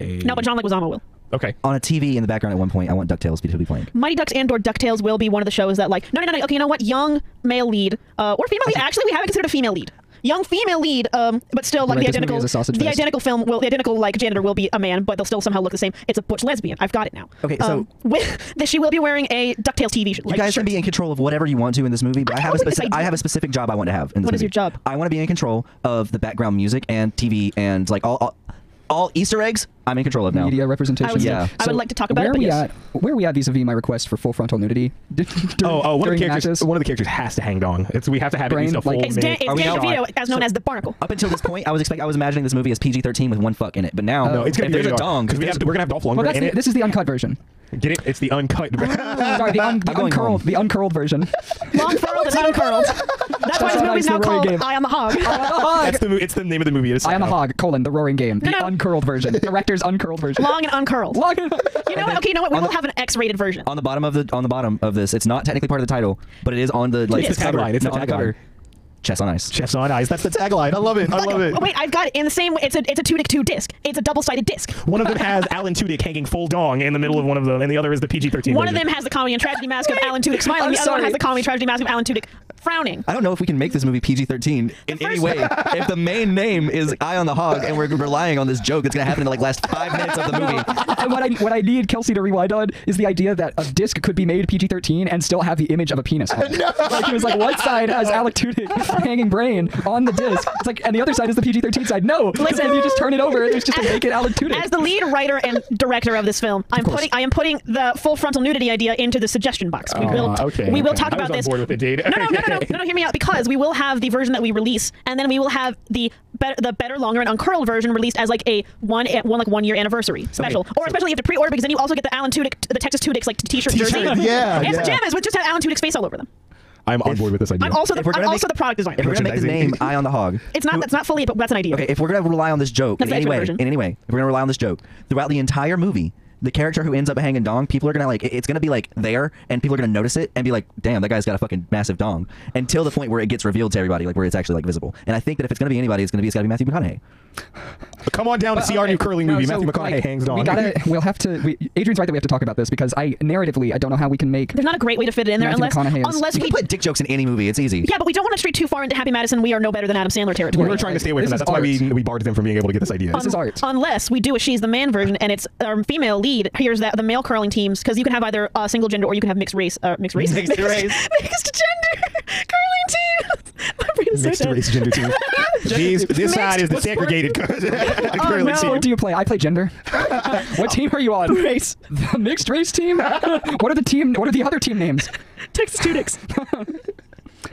S3: a...
S4: No, but John Leguizamo will.
S3: Okay.
S2: On a TV in the background at one point, I want DuckTales to be playing.
S4: Mighty Ducks and or DuckTales will be one of the shows that like no no no, no okay you know what young male lead uh, or female lead actually we haven't considered a female lead young female lead um but still like
S1: Right,
S4: the
S1: this movie
S4: identical
S1: is a sausage
S4: the
S1: fest.
S4: identical film will the identical like janitor will be a man but they'll still somehow look the same it's a butch lesbian I've got it now
S2: Okay, so-
S4: um, with, that she will be wearing a DuckTales TV shirt
S2: You guys can be in control of whatever you want to in this movie, but
S4: I
S2: I, have a
S4: don't think it's
S2: specific
S4: ideal.
S2: I have a specific job I want to have. In this
S4: What is
S2: movie.
S4: your job?
S2: I want to be in control of the background music and TV and like all all, all Easter eggs. I'm in control of now.
S1: Media
S4: I
S1: representation.
S4: would-
S2: Yeah.
S4: I would like to talk about
S1: where
S4: it, but
S1: we
S4: yes.
S1: at? Where we at vis-a-vis my request for full frontal nudity? during,
S3: Oh, oh, one of
S1: during
S3: the characters.
S1: matches?
S3: One of the characters has to hang dong. It's we have to have at
S1: Brain,
S3: least a full
S1: like-
S4: it's
S1: Are
S4: Dan,
S3: minute.
S4: it's
S2: we
S4: Dan
S2: not?
S4: DeVito as known as the Barnacle
S2: Up until this point, I was expect I was imagining this movie as PG-13 with one fuck in it, but now
S3: No, Oh, it's gonna
S2: if
S3: be
S2: there's a dong.
S3: because we
S2: if
S3: have
S2: there's-
S3: to, we're gonna have Dolph Lundgren
S1: well, that's
S3: in
S1: the,
S3: it.
S1: this is the uncut version.
S3: Get it? It's the uncut.
S1: Sorry, the, un, the
S2: going
S1: uncurled,
S2: home.
S1: the uncurled version.
S4: long furled and uncurled that's
S1: That's
S4: why this
S1: how
S4: movie's
S1: it's
S4: now
S1: the roaring
S4: called
S1: game.
S4: I am a hog
S3: that's the mo- it's oh, the name of the movie. It is
S1: I am a
S3: now.
S1: hog: colon the roaring game, the
S4: No, no.
S1: uncurled version, director's uncurled version.
S4: long and uncurled
S1: Long-
S4: you know what okay you know what we
S2: on
S4: will
S2: the-
S4: have an X-rated version
S2: on the bottom of the on the bottom of this. It's not technically part of the title, but it is on the like
S4: It's the
S2: cover.
S3: tagline, it's
S2: No,
S3: the
S2: on
S3: tagline.
S2: cover. Chess on ice.
S3: Chef's on ice. That's the tagline. I love it. I
S4: Look,
S3: love it.
S4: Wait, I've got it in the same way. It's a it's a two to two disc. It's a double sided disc.
S3: One of them has Alan Tudyk hanging full dong in the middle of one of them, and the other is the PG-13
S4: One of
S3: version.
S4: them has the comedy and tragedy mask of Alan Tudyk smiling.
S1: I'm
S4: the other one
S1: sorry.
S4: has the comedy and tragedy mask of Alan Tudyk frowning.
S2: I don't know if we can make this movie PG-13 in any
S4: first-
S2: way. if the main name is Eye on the Hog and we're relying on this joke that's gonna happen in the like last five minutes of the movie.
S1: and what I what I need Kelsey to rewind on is the idea that a disc could be made PG-13 and still have the image of a penis on it. Like he was like, one side has Alec Tudyk hanging brain on the disc. It's like, and the other side is the PG-13 side. No, listen, you just turn it over. There's just a naked Alec Tudyk.
S4: As the lead writer and director of this film, I'm putting I am putting the full frontal nudity idea into the suggestion box. We will
S3: Oh, Ah, okay,
S4: we will
S3: okay.
S4: talk
S3: I
S4: about
S3: was on
S4: this.
S3: board with it, Dade.
S4: No, no, no, no, no,
S3: Okay.
S4: no, no, hear me out because we will have the version that we release and then we will have the better, the better, longer, and uncurled version released as like a one, one like one year anniversary special, or especially you have to pre-order because then you also get the Alan Tudyk, the Texas Tudyk's like t-shirt,
S5: T-shirt,
S4: jersey,
S5: yeah,
S4: and
S5: yeah.
S4: pajamas, which just had Alan Tudyk's face all over them.
S3: I'm on board with this idea.
S4: I'm also the,
S2: If we're
S4: I'm
S2: gonna
S4: also
S2: make-
S4: the product designer.
S2: If we're gonna make the name
S3: Merchandising.
S2: Eye on the Hog,
S4: It's not that's not fully, but that's an idea.
S2: Okay, if we're gonna rely on this joke
S4: That's
S2: in
S4: the
S2: any
S4: extra
S2: way,
S4: version.
S2: in any way, if we're gonna rely on this joke throughout the entire movie, the character who ends up hanging dong, people are gonna like, it- it's gonna be like there, and people are gonna notice it and be like, damn, that guy's got a fucking massive dong, until the point where it gets revealed to everybody, like where it's actually like visible. And I think that if it's gonna be anybody, it's gonna be it's gotta be Matthew McConaughey.
S3: Come on down to see our new curling
S1: No,
S3: movie.
S1: so,
S3: Matthew McConaughey
S1: like,
S3: hangs on.
S1: We gotta. We'll have to. We, Adrian's right that we have to talk about this because I narratively I don't know how we can make.
S4: There's not a great way to fit it in there
S1: Matthew
S4: unless
S1: McConaughey is-
S4: unless
S2: You
S4: we
S2: can put dick jokes in any movie. It's easy.
S4: yeah, but we don't want to stray too far into Happy Madison. We are no better than Adam Sandler territory.
S3: we were trying to stay away
S1: This
S3: from that.
S1: is
S3: That's why we, we barred them from being able to get this idea.
S4: Um,
S1: This is art.
S4: Unless we do a she's the man version and it's our female lead. Here's that the male curling teams because you can have either uh, single gender or you can have mixed race, uh, mixed race,
S2: Mixed race.
S4: mixed gender curling team. My brain is so
S3: mixed
S4: dead.
S3: race gender team. These, this
S4: Mixed-
S3: side is the
S4: what's-
S3: segregated
S4: Oh,
S3: curling
S4: no.
S1: What
S3: team.
S1: do you play? I play gender. what team are you on? Race. The mixed race team. what are the team? What are the other team names?
S4: Texas Tudix.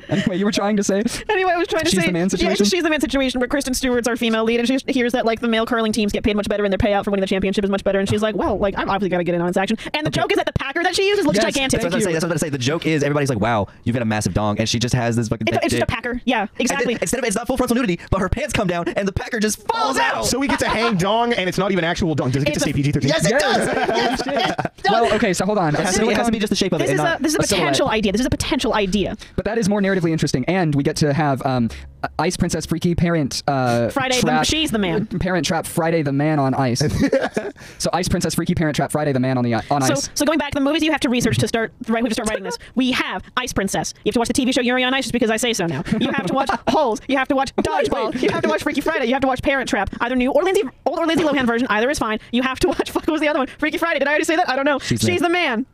S1: Anyway, you were trying to say.
S4: Anyway, I was trying to
S1: She's
S4: say
S1: the man
S4: Yeah,
S1: situation?
S4: she's the man situation where Kristen Stewart's our female lead, and she hears that like the male curling teams get paid much better, and their payout for winning the championship is much better, and she's like, "Well, like I'm obviously got to get in on this action." And the joke is that the Packer that she uses looks
S1: Yes,
S4: gigantic.
S2: That's what, I'm saying. that's what I'm saying. The joke is everybody's like, "Wow, you've got a massive dong," and she just has this fucking.
S4: It's,
S2: fat
S4: it's just a
S2: dick.
S4: Packer. Yeah,
S2: And then
S4: exactly.
S2: instead of it's not full frontal nudity, but her pants come down and the packer just falls out.
S3: So we get to hang dong, and it's not even actual dong. Does it get
S4: It's
S3: to
S4: a-
S3: stay PG 13?
S2: yes, it does.
S1: Yes. well, okay. So hold on.
S2: It has, to be, it has to be just the shape of
S4: this
S2: it.
S4: is
S2: and
S4: a
S2: not
S4: this is a
S2: silhouette.
S4: potential idea. This is a potential idea.
S1: But that is more narratively interesting, and we get to have um, Ice Princess, Freaky Parent, uh,
S4: Friday the-
S1: Trap-
S4: she's the man.
S1: Parent Trap, Friday the Man on Ice. so Ice Princess, Freaky Parent Trap, Friday the Man on the i- on
S4: So,
S1: Ice.
S4: so going back to the movies, you have to research to start. Right, we have to start writing this. We have Ice Princess. You have to watch the TV show Yuri on Ice just because I say so now. You have to watch Holes. You have to watch Dodgeball. You have to watch Freaky Friday. You have to watch Parent Trap. Either new or Lindsay, old or Lindsay Lohan version. Either is fine. You have to watch. Fuck, what was the other one? Freaky Friday. Did I already say that? I don't know. She's,
S2: the-
S4: the man.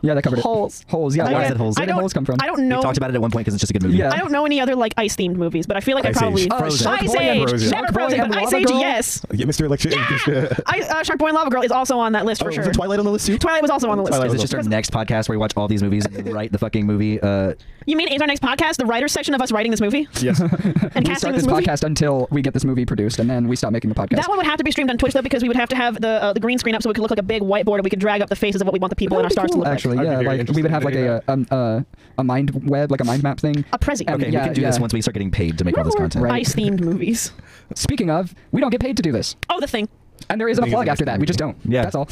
S1: Yeah, that covered it.
S4: Holes.
S1: Holes. Yeah.
S4: Like,
S2: why is
S1: wow.
S2: it holes?
S4: I
S1: Where did
S4: don't-
S1: holes come from?
S4: I don't know.
S2: We talked about it at one point because it's just a good movie.
S1: Yeah.
S4: I don't know any other like ice themed movies, but I feel like I,
S3: Ice
S4: probably
S3: Age.
S1: Oh,
S4: Ice
S1: Shark Boy and
S4: Age,
S1: Frozen.
S4: never
S1: Shark Boy
S4: Frozen,
S1: and
S4: but Ice
S1: Lava
S4: Age,
S1: Girl?
S4: yes.
S3: Yeah, Mr. Election.
S4: I, uh, Shark Boy and Lava Girl is also on that list for
S3: Oh,
S4: sure.
S3: was Twilight on the list too?
S4: Twilight was also on the list.
S3: Twilight
S2: Is it just our next podcast where we watch all these movies and write the fucking movie? Uh,
S4: You mean is our next podcast the writers section of us writing this movie
S3: Yes.
S4: and
S1: we
S4: casting
S1: start
S4: this,
S1: this
S4: movie?
S1: podcast until we get this movie produced, and then we stop making the podcast.
S4: That one would have to be streamed on Twitch though, because we would have to have the uh, the green screen up so it could look like a big whiteboard and we could drag up the faces of what we want the people
S1: That
S4: and
S1: would
S4: our
S1: be
S4: stars
S1: cool,
S4: to look
S1: actually,
S4: like.
S3: I'd be
S1: yeah,
S3: very
S1: like we
S3: interested
S1: would have
S3: in
S1: like
S3: doing
S1: a um, uh, a mind web, like a mind map thing.
S4: A prezi.
S1: And
S2: okay,
S1: yeah,
S2: we can do this
S1: yeah.
S2: once we start getting paid to make all this content.
S1: Right.
S4: Ice themed movies.
S1: Speaking of, we don't get paid to do this,
S4: Oh, the thing.
S1: and there isn't a
S3: think it's
S1: plug
S3: a
S1: after
S3: waste of
S1: that. We just
S3: money.
S1: don't.
S2: Yeah.
S1: that's all.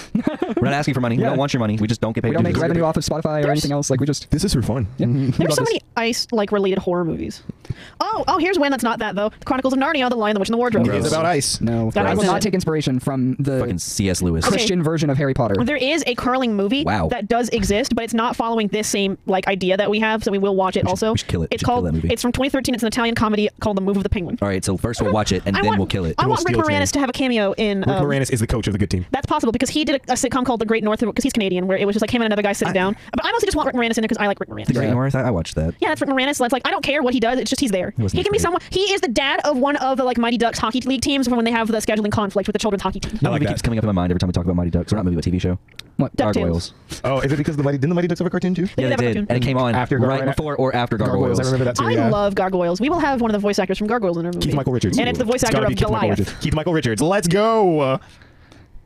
S2: We're not asking for money. We
S1: Yeah.
S2: don't want your money. We just don't get paid.
S1: we don't
S2: to
S1: make
S2: do this.
S1: revenue off of Spotify or anything else. Like we just
S5: This is for fun.
S1: Yeah.
S3: Mm-hmm.
S4: There's so many ice like related horror movies. Oh, oh, here's when that's not that though. The Chronicles of Narnia, The Lion, the Witch, and the Wardrobe.
S5: It is
S3: Oh,
S5: about ice.
S1: No,
S4: That
S1: I will
S4: is it.
S1: not take inspiration from
S2: Fucking
S1: the
S2: C.S. Lewis.
S4: Okay.
S1: Christian version of Harry Potter.
S4: There is a curling movie
S2: Wow.
S4: that does exist, but it's not following this same like idea that we have, so we will watch it also.
S2: we should kill it. We
S4: It's
S2: should kill
S4: called
S2: that movie.
S4: it's from 2013. It's an Italian comedy called The Move of the Penguin.
S2: All right, so first we'll watch it and
S4: I
S2: then
S4: want-
S2: we'll kill it.
S4: I
S3: we'll
S4: want Rick
S3: steal it,
S4: Moranis
S3: man.
S4: to have a cameo in
S3: Rick
S4: um,
S3: Moranis is the coach of the good team.
S4: That's possible because he did a, a sitcom called The Great North because he's Canadian, where it was just like him and another guy sitting down. But I mostly just want Rick Moranis in there because I like Rick
S2: The
S4: Moranis.
S2: Great
S1: Yeah.
S2: North. I, I watched that.
S4: Yeah, that's Rick Moranis. That's like I don't care what he does. It's just he's there. He
S2: wasn't
S4: can be
S2: great.
S4: someone. He is the dad of one of the like Mighty Ducks hockey league teams from when they have the scheduling conflict with the children's hockey team.
S2: That
S3: like
S2: movie
S3: that.
S2: keeps coming up in my mind every time we talk about Mighty Ducks. Or not movie, but TV show.
S1: What?
S4: Duck- DuckTales.
S2: Gargoyles.
S3: Oh, is it because the mighty didn't the mighty ducks have a cartoon too?
S4: They
S2: Yeah,
S4: did
S2: they
S4: have a
S2: did.
S4: cartoon.
S2: And it came on
S3: After
S2: right
S3: Gargoyles.
S2: before or after Gargoyles.
S3: Gargoyles. I remember that too.
S4: I
S3: yeah.
S4: love Gargoyles. We will have one of the voice actors from Gargoyles in our movie.
S3: Keith Michael Richards.
S4: And it's the voice
S3: gotta
S4: actor
S3: be
S4: of
S3: Keith Michael Richards.
S4: Goliath.
S3: Keith Michael Richards. Let's go. Uh,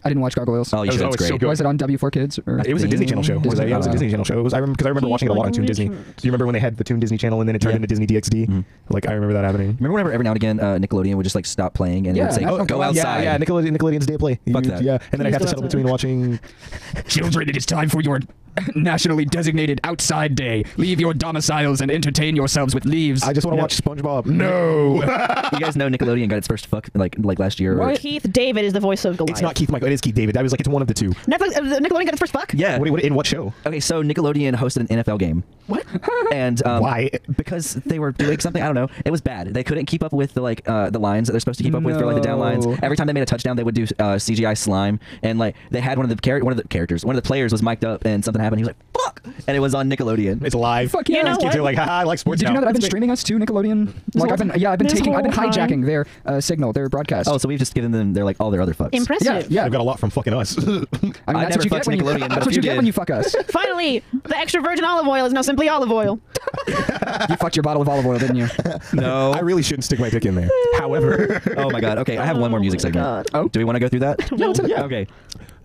S1: I didn't watch Gargoyles.
S2: Oh, you
S3: Oh,
S2: should.
S3: it's
S2: It's
S3: so
S2: great.
S3: good.
S1: was it on W4 Kids? Or
S3: It was a Disney Channel show. Was
S1: Disney,
S3: that- yeah, it was a
S1: uh,
S3: Disney Channel show. It was. I remember because I remember
S4: Keith
S3: watching it a lot on
S4: Michael
S3: Toon Disney. Do
S4: Richards.
S3: you remember when they had the Toon Disney Channel and then it turned
S2: Yeah.
S3: into Disney DXD? Like I remember that happening.
S2: Remember whenever every now and again uh, Nickelodeon would just like stop playing and it
S1: Yeah,
S2: would say,
S1: National
S2: Oh, go
S1: Gallery.
S2: outside.
S3: Oh, Yeah, yeah. Nickelodeon, Nickelodeon's day of play.
S2: Fuck
S3: You-
S2: that.
S3: Yeah, and then I
S4: Please
S3: have
S4: go
S3: to settle
S4: outside.
S3: between watching.
S6: Children, it is time for your nationally designated outside day. Leave your domiciles and entertain yourselves with leaves.
S3: I just want to
S6: No.
S3: watch SpongeBob. No,
S2: you guys know Nickelodeon got its first fuck like like last year. or-
S1: What?
S4: Keith David is the voice of Goliath.
S3: it's not Keith Michael. It is Keith David. I was like, it's one of the two.
S4: Netflix, uh, Nickelodeon got its first buck.
S2: Yeah.
S3: What, what, in what show?
S2: Okay, so Nickelodeon hosted an NFL game. What? And um,
S3: Why?
S2: Because they were doing something. I don't know. It was bad. They couldn't keep up with the like uh, the lines that they're supposed to keep up with for like the down lines.
S1: No.
S2: Every time they made a touchdown, they would do uh, CGI slime, and like they had one of the char- one of the characters, one of the players was mic'd up, and something happen. He was like, "Fuck!" And it was on Nickelodeon.
S3: It's live.
S1: Fuck You yeah. know
S3: These kids
S4: what?
S3: are like, haha, I like sports
S1: Did you
S3: now.
S1: know that I've been
S3: It's me.
S1: streaming us to Nickelodeon? Like I've been, yeah, I've been
S4: this
S1: taking, I've been
S4: whole time.
S1: hijacking their uh, signal, their broadcast.
S2: Oh, so we've just given them their like all their other fucks.
S1: yeah,
S4: Impressive.
S1: yeah.
S3: I've got a lot from fucking us.
S1: I mean,
S2: I
S1: that's what
S2: never
S1: you get
S2: fucked
S1: when you,
S2: Nickelodeon, but
S1: that's
S2: if
S1: what you
S2: you
S1: get
S2: did-
S1: when you fuck us.
S4: Finally, the extra virgin olive oil is now simply olive oil.
S1: you fucked your bottle of olive oil, didn't you?
S2: No.
S3: I really shouldn't stick my dick in there. However,
S2: oh my god. Okay, I have one more
S4: Oh
S2: music
S4: my
S2: segment.
S4: God.
S2: Oh, do we want to go through that?
S4: No, it's
S3: yeah.
S2: Okay.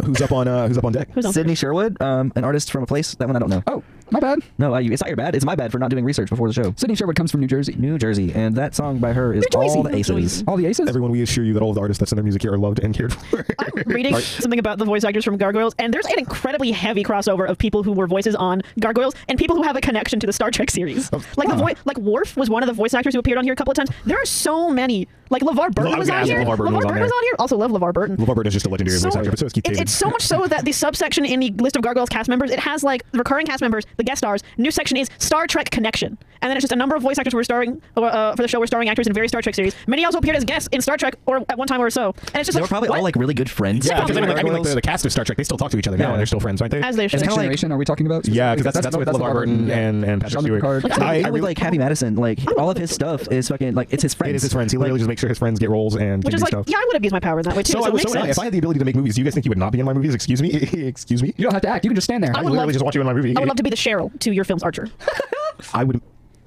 S3: who's up on uh, who's up on deck?
S4: Who's on
S2: Sydney Sherwood, um, an artist from a place that one I don't know.
S1: Oh, my bad.
S2: No, I, it's not your bad. It's my bad for not doing research before the show.
S1: Sydney Sherwood comes from New Jersey.
S2: New Jersey, and that song by her is
S1: New Jersey.
S2: all the aces.
S1: All the aces.
S3: Everyone, we assure you that all of the artists that send their music here are loved and cared for.
S4: I'm reading something about the voice actors from Gargoyles, and there's an incredibly heavy crossover of people who were voices on Gargoyles and people who have a connection to the Star Trek series. Like the voi- like Worf was one of the voice actors who appeared on here a couple of times. There are so many. Like LeVar Burton
S3: I was
S4: was
S3: gonna
S4: on
S3: ask
S4: here.
S3: if LeVar Burton was on there.
S4: here. Also love LeVar Burton.
S3: LeVar Burton is just a legendary
S4: So-
S3: voice actor, but so is Keith
S4: it's,
S3: David.
S4: it's so much so that the subsection in the list of Gargoyles cast members, it has like the recurring cast members, the guest stars. New section is Star Trek connection, and then it's just a number of voice actors who were starring uh, for the show were starring actors in various Star Trek series. Many also appeared as guests in Star Trek or at one time or so. And it's just
S2: They were
S4: like,
S2: probably
S4: what?
S2: all like really good friends.
S3: yeah, because I mean, like, I mean, like the,
S2: Gargoyles.
S3: the cast of Star Trek, they still talk to each other now,
S2: Yeah.
S3: and they're still friends, aren't they?
S4: as they should.
S1: Next
S2: kinda like-
S1: Generation, are we talking about?
S3: yeah, because that's, that's, with
S1: that's
S3: LeVar Burton and, and Patrick
S1: Jean-Luc
S3: Stewart.
S1: Picard.
S2: Like, I,
S3: I, I
S2: would
S3: really,
S2: like Happy Madison. Like all of his stuff is fucking like it's his friends.
S3: it is his friends. He
S2: Like,
S3: literally just makes sure his friends get roles and
S4: Which
S3: can
S4: is
S3: do
S4: like,
S3: stuff.
S4: yeah, I would abuse my powers that way too.
S3: so
S4: So,
S3: I
S4: it
S3: was
S4: makes
S3: so
S4: sense.
S3: if I had the ability to make movies, do you guys think you would not be in my movies? Excuse me, excuse me.
S1: You don't have to act. You can just stand there.
S4: I
S3: I
S4: would
S3: literally
S4: love-
S3: just watch you in my movie.
S4: I would love to be the Cheryl to your film's Archer.
S3: I would.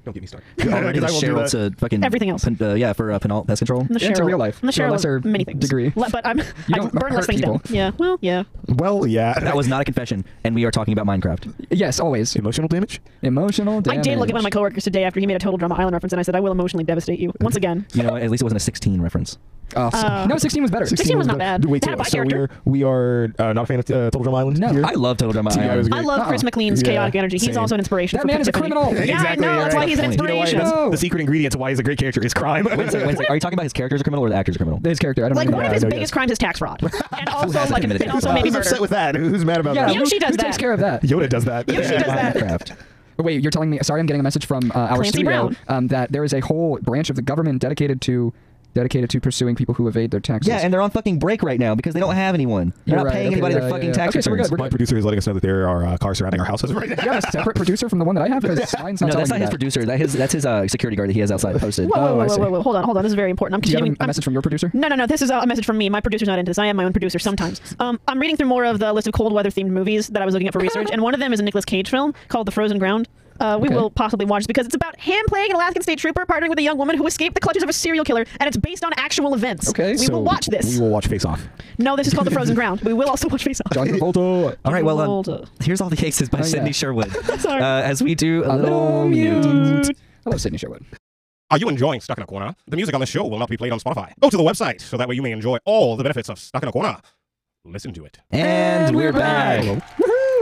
S3: Don't get me started.
S2: already the
S3: Because I will do
S2: Cheryl
S3: that.
S2: to fucking
S4: Everything else.
S2: pen- uh, yeah, for uh, penal pest control.
S4: I'm the
S1: Yeah,
S4: Cheryl.
S1: it's a real life,
S4: I'm the
S1: to a
S4: Cheryl. of
S1: lesser
S4: many things.
S1: degree.
S4: Le- but I'm. I
S1: don't
S4: burn less
S1: hurt
S4: things down.
S1: people.
S4: Yeah. Well. Yeah.
S3: Well, yeah.
S2: That was not a confession, and we are talking about Minecraft.
S1: Yes, always.
S3: emotional damage.
S1: Emotional damage.
S4: I did look at one of my coworkers today after he made a Total Drama Island reference, and I said, I will emotionally devastate you once again.
S2: You know, what? at least it wasn't a 16 reference.
S1: Oh, so-
S4: Uh,
S1: no, 16 was better.
S4: 16 was not
S3: the-
S4: bad.
S3: Wait,
S4: They
S3: so,
S4: had a bi-
S3: so we're
S4: character.
S3: we are uh, not a fan of uh, Total Drama Island.
S1: No,
S3: here?
S2: I love Total Drama.
S3: TBI was
S2: Island.
S3: great.
S4: I love
S1: Uh-uh.
S4: Chris McLean's
S3: Yeah,
S4: chaotic energy. He's
S3: same.
S4: also an inspiration.
S1: That
S4: for
S1: man is a
S4: Pixar Penny.
S1: criminal.
S4: Yeah,
S3: Exactly,
S4: I know.
S3: yeah,
S4: That's why
S3: yeah.
S4: he's an
S2: You know why?
S4: inspiration.
S1: That's- No.
S3: The secret ingredient to why he's a great character is crime.
S2: Wait a second, wait a second. Are you talking about his character's a criminal or the actor's a criminal?
S1: His character. I don't
S4: like
S1: know.
S4: one of
S3: Yeah,
S4: his
S3: I know,
S4: biggest
S3: yes.
S4: crimes is tax fraud, and also
S2: hasn't
S4: like
S2: committed
S4: and
S2: tax
S4: also
S2: fraud?
S4: maybe
S3: Who's
S4: murder.
S3: upset with that? Who- Who's mad about
S1: yeah,
S3: that?
S1: who,
S4: Yoshi does
S1: who takes
S4: that.
S1: care of that?
S3: Yoda does that.
S4: Yoshi does that.
S2: Minecraft.
S1: Wait, you're telling me. Sorry, I'm getting a message from uh, our
S4: Clancy
S1: studio
S4: Brown.
S1: um, that there is a whole branch of the government dedicated to dedicated to pursuing people who evade their taxes.
S2: Yeah, and they're on fucking break right now because they don't have anyone. They're
S1: You're
S2: not
S1: right,
S2: paying
S1: okay,
S2: anybody
S1: yeah,
S2: their
S1: yeah,
S2: fucking
S1: yeah.
S2: tax
S1: Okay, so we're
S2: returns.
S1: good, we're
S3: My producer is letting us know that there are uh, cars surrounding our houses right
S1: you
S3: now.
S1: have a separate producer from the one that I have because mine's not
S2: No,
S1: telling
S2: that's
S1: me
S2: not
S1: that.
S2: his producer. That his that's his uh, security guard that he has outside posted.
S4: Whoa, whoa,
S1: Oh, I
S4: whoa, whoa,
S1: see.
S4: whoa, whoa, Hold on, hold on. This is very important. I'm
S1: Do you have
S4: continuing.
S1: a, a
S4: I'm-
S1: message from your producer?
S4: No, no, no. This is uh, a, a message from me. My producer's not into this. I am my own producer sometimes. Um, I'm reading through more of the list of cold weather themed movies that I was looking at for research, and one of them is a Nicolas Cage film called The Frozen Ground. Uh, we
S1: Okay.
S4: will possibly watch because it's about him playing an Alaskan state trooper partnering with a young woman who escaped the clutches of a serial killer, and it's based on actual events.
S1: Okay.
S4: we
S1: So
S4: will watch this.
S3: We will watch Face Off.
S4: No, this is called The Frozen Ground. We will also watch Face Off.
S1: John Travolta.
S2: All right, well,
S4: Hold
S2: um,
S4: up.
S2: here's all the cases by
S1: Oh, yeah.
S2: Sydney Sherwood.
S4: Sorry.
S2: Uh, as we do a, little mute. Oh,
S1: I love Sydney Sherwood.
S7: Are you enjoying Stuck in a Corner? The music on this show will not be played on Spotify. Go to the website so that way you may enjoy all the benefits of Stuck in a Corner. Listen to it.
S2: And we're back.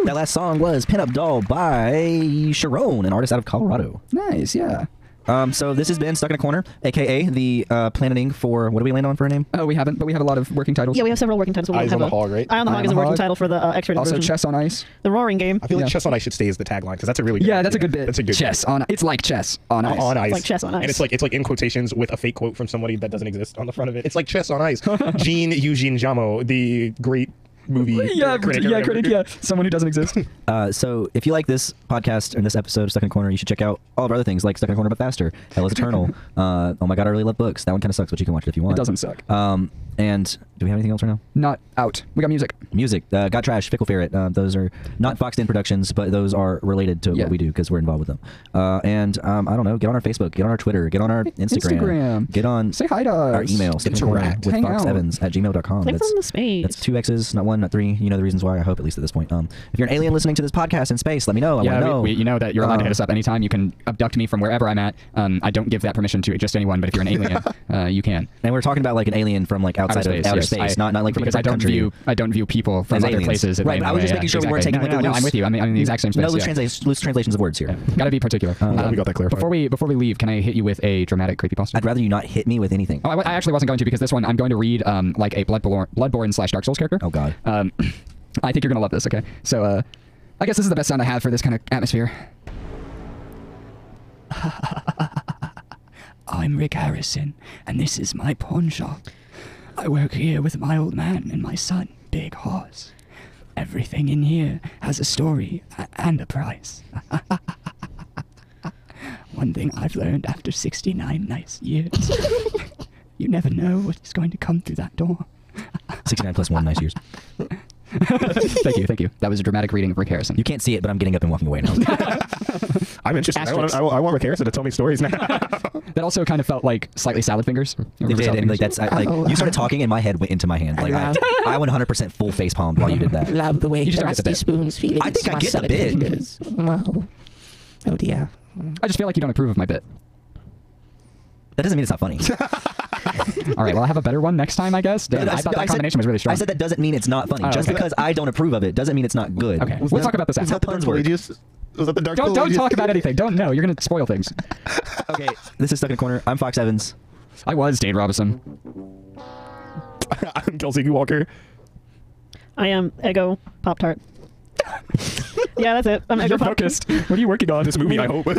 S2: That last song was Pin Up Doll by Sharon, an artist out of Colorado.
S1: Nice, yeah.
S2: Um, so this has been Stuck in a Corner, aka the uh, planning for what do we land on for a name?
S1: Oh, we haven't, but we have a lot of working titles.
S4: yeah, we have several working titles. but we
S3: Eyes
S4: don't have
S3: on the
S4: a-
S3: Hog, right?
S4: Eye on the
S1: Eye
S4: Hog
S1: on
S4: is
S1: the
S4: a working
S1: Hog.
S4: title for the uh, X-rated
S1: also,
S4: version.
S1: chess on ice.
S4: The Roaring Game.
S3: I feel like
S1: Yeah.
S3: Chess on Ice should stay as the tagline because that's a really
S1: Yeah, that's a good bit.
S3: That's a good
S1: chess on. It's like chess on
S2: Oh,
S1: ice.
S3: on ice.
S4: like chess on ice.
S3: And it's like it's like in quotations with a fake quote from somebody that doesn't exist on the front of it. It's like chess on ice. Jean Eugene Jamo, the great movie
S1: Yeah,
S3: critic. or
S1: yeah,
S3: whatever.
S1: critic, yeah. Someone who doesn't exist.
S2: Uh, so if you like this podcast and this episode of Stuck in a Corner, you should check out all of our other things like Stuck in a Corner but Faster, Hell is Eternal. uh, oh my God, I really love books. That one kind of sucks, but you can watch it if you want.
S1: doesn't suck.
S2: Um, and do we have anything else right now?
S1: Not out. We got music.
S2: Music, uh, Got Trash, Fickle Ferret. Uh, those are not Foxed In Productions, but those are related to
S1: Yeah.
S2: what we do because we're involved with them. Uh, and um, I don't know, get on our Facebook, get on our Twitter, get on our Instagram,
S1: Instagram.
S2: get on
S1: Say hi to us.
S2: our email, Stuck in a Corner
S1: Interact.
S2: with
S1: Hang
S2: Fox
S1: out.
S2: Evans at gmail.com.
S4: Click
S2: That's-
S4: on the space.
S2: That's two X's, not one, not three. You know the reasons why. I hope at least at this point. Um, if you're an alien listening to this podcast in space, let me know. I want
S1: Yeah,
S2: to know.
S1: We, we, you know that you're allowed
S2: Um,
S1: to hit us up anytime. You can abduct me from wherever I'm at. Um, I don't give that permission to just anyone, but if you're an alien, uh, you can.
S2: And we're talking about like an alien from like outside of outer
S1: yes.
S2: space,
S1: I-
S2: not not like from a
S1: because I
S2: different
S1: don't
S2: country.
S1: view I don't view people from
S2: As
S1: other
S2: aliens.
S1: places. in the
S2: Right,
S1: same
S2: but I was
S1: way.
S2: just
S1: Yeah,
S2: making sure we weren't
S1: exactly.
S2: taking,
S1: no,
S2: like,
S1: no,
S2: a
S1: no, I'm
S2: loose-
S1: with you. I mean, I'm in the exact same space.
S2: no loose,
S1: yeah.
S2: transla- loose translations of words here.
S1: Got to be particular.
S3: we got that clarified.
S1: Uh, Before we before we leave, can I hit you with a dramatic creepypasta?
S2: I'd rather you not hit me with anything.
S1: Oh, I, I actually wasn't going to because this one I'm going to read um, like a Bloodborne, Bloodborne slash Dark Souls character.
S2: Oh, God.
S1: Um, I think you're gonna love this. Okay, so uh, I guess this is the best sound I have for this kind of atmosphere. I'm Rick Harrison, and this is my pawn shop. I work here with my old man and my son, Big Hoss.
S6: Everything in here has a story a- and a price. One thing I've learned after 69 nice years you never know what's going to come through that door.
S2: 69 plus one, nice years.
S1: thank you, thank you. That was a dramatic reading of Rick Harrison.
S2: You can't see it, but I'm getting up and walking away now.
S3: I'm interested. I want,
S6: Asterix.
S3: I, want, I want Rick Harrison to tell me stories now.
S1: That also kind of felt like slightly salad fingers.
S2: They
S1: Remember
S2: did,
S1: salad
S2: and like
S1: fingers?
S2: that's I, like you started talking, and my head went into my hand. Like I, I went 100 percent full face palmed while you did that.
S8: Love the way
S1: You just
S8: the
S1: don't get
S8: rusty
S1: the bit.
S8: spoons feelings.
S2: I think I
S8: my
S2: get the
S8: solid
S2: bit.
S8: fingers. Wow. Oh dear.
S1: I just feel like you don't approve of my bit.
S2: That doesn't mean it's not funny.
S1: All right, well I have a better one next time, I guess. Damn, I,
S2: s-
S1: thought
S2: no,
S1: that combination
S2: said,
S1: was really strong.
S2: I said that doesn't mean it's not funny.
S1: Oh,
S2: Just
S1: okay.
S2: because I don't approve of it doesn't mean it's not good.
S1: Okay, we'll
S3: that-
S1: talk about this
S2: That's
S1: after.
S2: how puns work.
S3: Was that the Dark
S1: Don't don't
S3: Palladius?
S1: talk about anything. Don't know. You're gonna spoil things.
S2: Okay, this is stuck in a corner. I'm Fox Evans.
S1: I was Dane Robinson.
S3: I'm Kelsey Walker.
S4: I am Ego Pop Tart. yeah, that's it. I'm Ego
S1: You're
S4: Pop Tart.
S1: focused. What are you working on?
S3: This movie, I hope.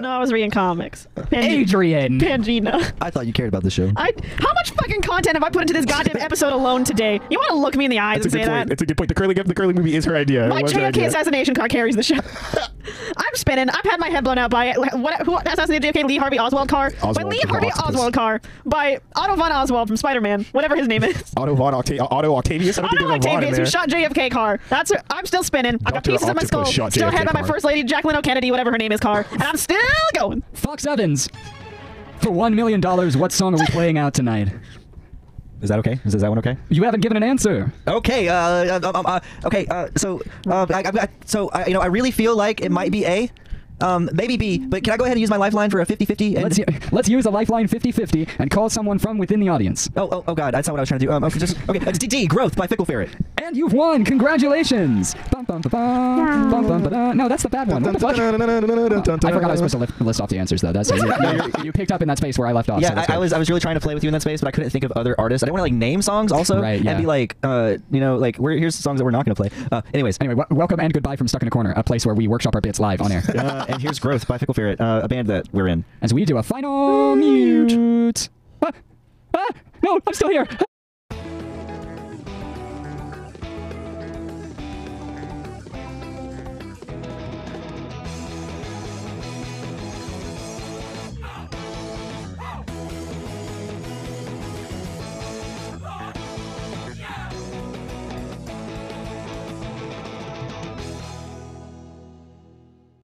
S4: No, I was reading comics. Pange-
S1: Adrian.
S4: Pangina.
S2: I thought you cared about this show.
S4: I, how much fucking content have I put into this goddamn episode alone today? You want to look me in the eyes
S3: That's a
S4: and say
S3: good point.
S4: that?
S3: It's a good point. The curly, the curly movie is her idea. It
S4: My
S3: was her
S4: JFK
S3: idea.
S4: assassination car carries the show. I'm spinning. I've had my head blown out by what? Who assassinated JFK? Lee Harvey Oswald car. by
S3: Oswald
S4: Lee
S3: to the
S4: Harvey
S3: octopus.
S4: Oswald car. By Otto von Oswald from Spider-Man. Whatever his name is.
S3: Otto von Octa- Otto Octavius. I don't think
S4: Otto
S3: there's a von in
S4: Octavius, who
S3: there.
S4: shot JFK car. That's her. I'm still spinning. I've got
S3: Dr.
S4: pieces of my
S3: Octopus
S4: skull
S3: shot
S4: still had
S3: JFK
S4: by my
S3: car.
S4: first lady, Jacqueline O'Kennedy, whatever her name is, car, and I'm still going.
S1: Fox Evans. For one million dollars, what song are we playing out tonight?
S2: Is that okay? Is, is that one okay?
S1: You haven't given an answer.
S2: Okay. Uh, um, um, uh, okay. Uh, so, uh, I, I, I, so I, you know, I really feel like it might be A, um, maybe B. But can I go ahead and use my lifeline for a 50-50? And,
S1: Let's, u- let's use a lifeline 50-50 and call someone from within the audience.
S2: oh, oh, oh, God, that's not what I was trying to do. Um, okay, just okay. Uh, D, D, growth by Fickle Ferret.
S1: And you've won! Congratulations! Bum, bum, ba, bum, bum, bum, ba, da. No, that's the bad one. What the fuck? I forgot I was supposed to li- list off the answers though. That's you, you- you picked up in that space where I left off. so
S2: yeah,
S1: that's
S2: I, I
S1: good.
S2: was I was really trying to play with you in that space, but I couldn't think of other artists. I didn't want to like name songs also,
S1: Right, yeah.
S2: and be like, uh, you know, like we're, here's the songs that we're not going to play. Uh, anyways,
S1: Anyway, w- welcome and goodbye from Stuck in a Corner, a place where we workshop our bits live on air.
S2: uh, and here's growth by Fickle Ferret, uh, a band that we're in.
S1: As we do a final mute. Ah, ah, no, I'm still here. Ah,